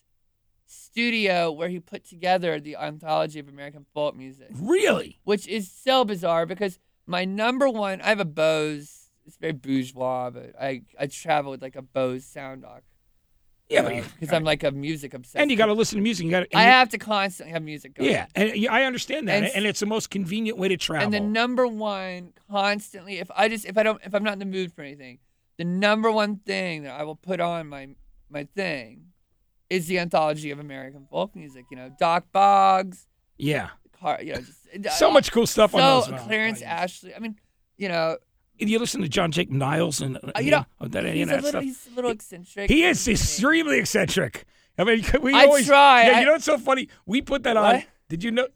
[SPEAKER 3] studio where he put together the anthology of American folk music,
[SPEAKER 2] Mm-hmm. Really?
[SPEAKER 3] which is so bizarre because my number one, I have a Bose. It's very bourgeois, but I, I travel with like a Bose sound doc
[SPEAKER 2] Oh, Yeah, but
[SPEAKER 3] because I'm like a music obsessed.
[SPEAKER 2] and you got to listen to music. You got to.
[SPEAKER 3] I have to constantly have music going.
[SPEAKER 2] Yeah, and you- I understand that,
[SPEAKER 3] And
[SPEAKER 2] and,
[SPEAKER 3] s-
[SPEAKER 2] it's the most convenient way to travel.
[SPEAKER 3] And the number one constantly, if I just if I don't if I'm not in the mood for anything, the number one thing that I will put on my my thing is the anthology of American folk music. You know, Doc Boggs,
[SPEAKER 2] yeah,
[SPEAKER 3] Car, you know, just, uh,
[SPEAKER 2] so much cool stuff on
[SPEAKER 3] So
[SPEAKER 2] those.
[SPEAKER 3] Clarence Ashley. I mean, you know,
[SPEAKER 2] You listen to John Jacob Niles and uh,
[SPEAKER 3] you know,
[SPEAKER 2] oh, that, you
[SPEAKER 3] he's
[SPEAKER 2] know,
[SPEAKER 3] a
[SPEAKER 2] that
[SPEAKER 3] little
[SPEAKER 2] stuff.
[SPEAKER 3] he's a little eccentric.
[SPEAKER 2] He is
[SPEAKER 3] and-
[SPEAKER 2] extremely eccentric. I mean, we
[SPEAKER 3] I
[SPEAKER 2] always
[SPEAKER 3] try.
[SPEAKER 2] Yeah,
[SPEAKER 3] I-
[SPEAKER 2] you know what's so funny? We put that on.
[SPEAKER 3] What?
[SPEAKER 2] Did you know?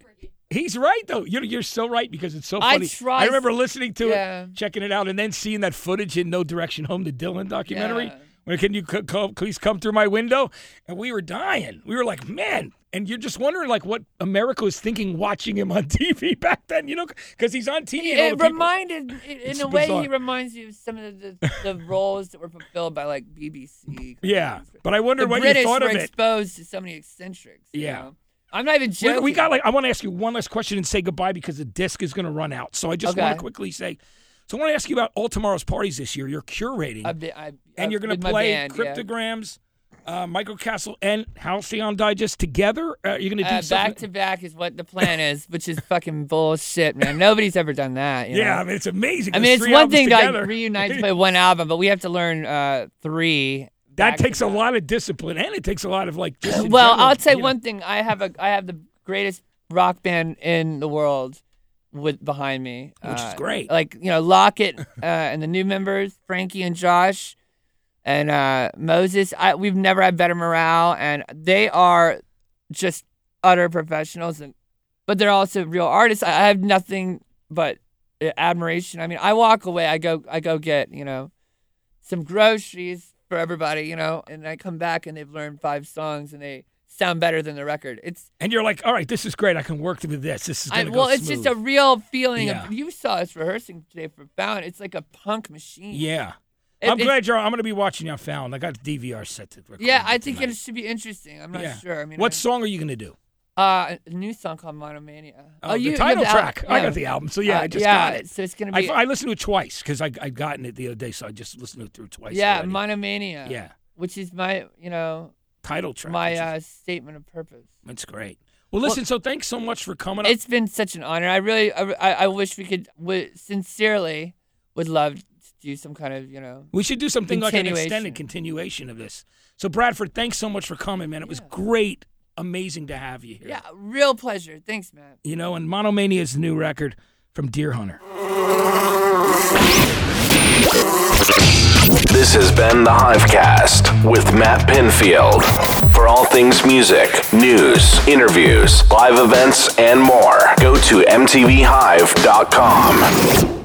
[SPEAKER 2] He's right though. You're you're so right because it's so
[SPEAKER 3] I
[SPEAKER 2] funny.
[SPEAKER 3] try-
[SPEAKER 2] remember listening to
[SPEAKER 3] Yeah.
[SPEAKER 2] it, checking it out, and then seeing that footage in No Direction Home, the Dylan documentary.
[SPEAKER 3] Yeah.
[SPEAKER 2] When can you c- co- please come through my window? And we were dying. We were like, man. And you're just wondering like what America was thinking watching him on TV back then, you know? Because he's on TV. and all the
[SPEAKER 3] It
[SPEAKER 2] people-
[SPEAKER 3] reminded, in
[SPEAKER 2] It's
[SPEAKER 3] a way,
[SPEAKER 2] bizarre.
[SPEAKER 3] he reminds you of some of the, the roles that were fulfilled by like BBC.
[SPEAKER 2] yeah. But I
[SPEAKER 3] the
[SPEAKER 2] wondered what
[SPEAKER 3] British
[SPEAKER 2] you thought
[SPEAKER 3] were
[SPEAKER 2] of it.
[SPEAKER 3] exposed to so many eccentrics. you
[SPEAKER 2] Yeah.
[SPEAKER 3] know? I'm not even
[SPEAKER 2] We,
[SPEAKER 3] joking.
[SPEAKER 2] we got like I want to ask you one last question and say goodbye because the disc is going to run out. So I just want
[SPEAKER 3] Okay.
[SPEAKER 2] to quickly say, so I want to ask you about all tomorrow's parties this year. You're curating
[SPEAKER 3] I've been- I-
[SPEAKER 2] and
[SPEAKER 3] I've-
[SPEAKER 2] you're going
[SPEAKER 3] Uh, with
[SPEAKER 2] to
[SPEAKER 3] my
[SPEAKER 2] play
[SPEAKER 3] band, yeah.
[SPEAKER 2] cryptograms, uh, Michael Castle and Halcyon Digest together? Uh, you're gonna do
[SPEAKER 3] Uh,
[SPEAKER 2] something?
[SPEAKER 3] back to back is what the plan is, which is fucking bullshit, man. Nobody's ever done that. you know?
[SPEAKER 2] yeah, I mean it's amazing.
[SPEAKER 3] I
[SPEAKER 2] There's
[SPEAKER 3] mean, it's
[SPEAKER 2] three
[SPEAKER 3] one
[SPEAKER 2] albums
[SPEAKER 3] thing to
[SPEAKER 2] together.
[SPEAKER 3] like, reunite to play one album, but we have to learn uh, three.
[SPEAKER 2] that
[SPEAKER 3] back to
[SPEAKER 2] takes a lot of discipline, and it takes a lot of like. Just in
[SPEAKER 3] well,
[SPEAKER 2] general,
[SPEAKER 3] I'll say
[SPEAKER 2] you know.
[SPEAKER 3] one thing. I have a I have the greatest rock band in the world with behind me,
[SPEAKER 2] Which is
[SPEAKER 3] Uh,
[SPEAKER 2] great.
[SPEAKER 3] Like you know, Lockett uh, and the new members, Frankie and Josh, and uh, Moses. I, we've never had better morale, and they are just utter professionals. And but they're also real artists. I, I have nothing but uh, admiration. I mean, I walk away. I go. I go get you know some groceries for everybody, you know, and I come back and they've learned five songs and they sound better than the record. It's
[SPEAKER 2] and you're like, all right, this is great. I can work with this. This is
[SPEAKER 3] I,
[SPEAKER 2] gonna
[SPEAKER 3] well,
[SPEAKER 2] go
[SPEAKER 3] it's just a
[SPEAKER 2] smooth."
[SPEAKER 3] real feeling.
[SPEAKER 2] Yeah.
[SPEAKER 3] Of, you saw us rehearsing today for Bound. It's like a punk machine.
[SPEAKER 2] yeah.
[SPEAKER 3] It-
[SPEAKER 2] I'm
[SPEAKER 3] it-
[SPEAKER 2] glad you're. on. I'm gonna be watching you on Fallon. I got the DVR set to. record
[SPEAKER 3] Yeah, I
[SPEAKER 2] it
[SPEAKER 3] think
[SPEAKER 2] tonight.
[SPEAKER 3] it should be interesting. I'm not
[SPEAKER 2] Yeah.
[SPEAKER 3] sure. I mean,
[SPEAKER 2] what song are you gonna do?
[SPEAKER 3] I- uh, a new song called Monomania.
[SPEAKER 2] Oh,
[SPEAKER 3] you
[SPEAKER 2] the
[SPEAKER 3] you
[SPEAKER 2] title
[SPEAKER 3] have
[SPEAKER 2] track. I
[SPEAKER 3] yeah.
[SPEAKER 2] got the album, so yeah,
[SPEAKER 3] Uh,
[SPEAKER 2] I just
[SPEAKER 3] yeah.
[SPEAKER 2] got it.
[SPEAKER 3] So it's gonna
[SPEAKER 2] I,
[SPEAKER 3] be
[SPEAKER 2] I listened to it twice because I I gotten it the other day, so I just listened to it through twice.
[SPEAKER 3] yeah,
[SPEAKER 2] already.
[SPEAKER 3] Monomania.
[SPEAKER 2] yeah,
[SPEAKER 3] which is my you know
[SPEAKER 2] title track.
[SPEAKER 3] my
[SPEAKER 2] which is-
[SPEAKER 3] uh, statement of purpose.
[SPEAKER 2] That's great. Well, listen. so thanks so much for coming. up.
[SPEAKER 3] It's been such an honor. I really, I, I I wish we could, w- sincerely, would love to do some kind of, you know.
[SPEAKER 2] We should do something like an extended
[SPEAKER 3] Continuation.
[SPEAKER 2] continuation of this. So, Bradford, thanks so much for coming, man. It was great, amazing to have you here.
[SPEAKER 3] Yeah, real pleasure. Thanks, man.
[SPEAKER 2] You know, and Monomania is the new record from Deer Hunter.
[SPEAKER 1] This has been the Hivecast with Matt Pinfield. For all things music, news, interviews, live events, and more, go to MTVHive.com.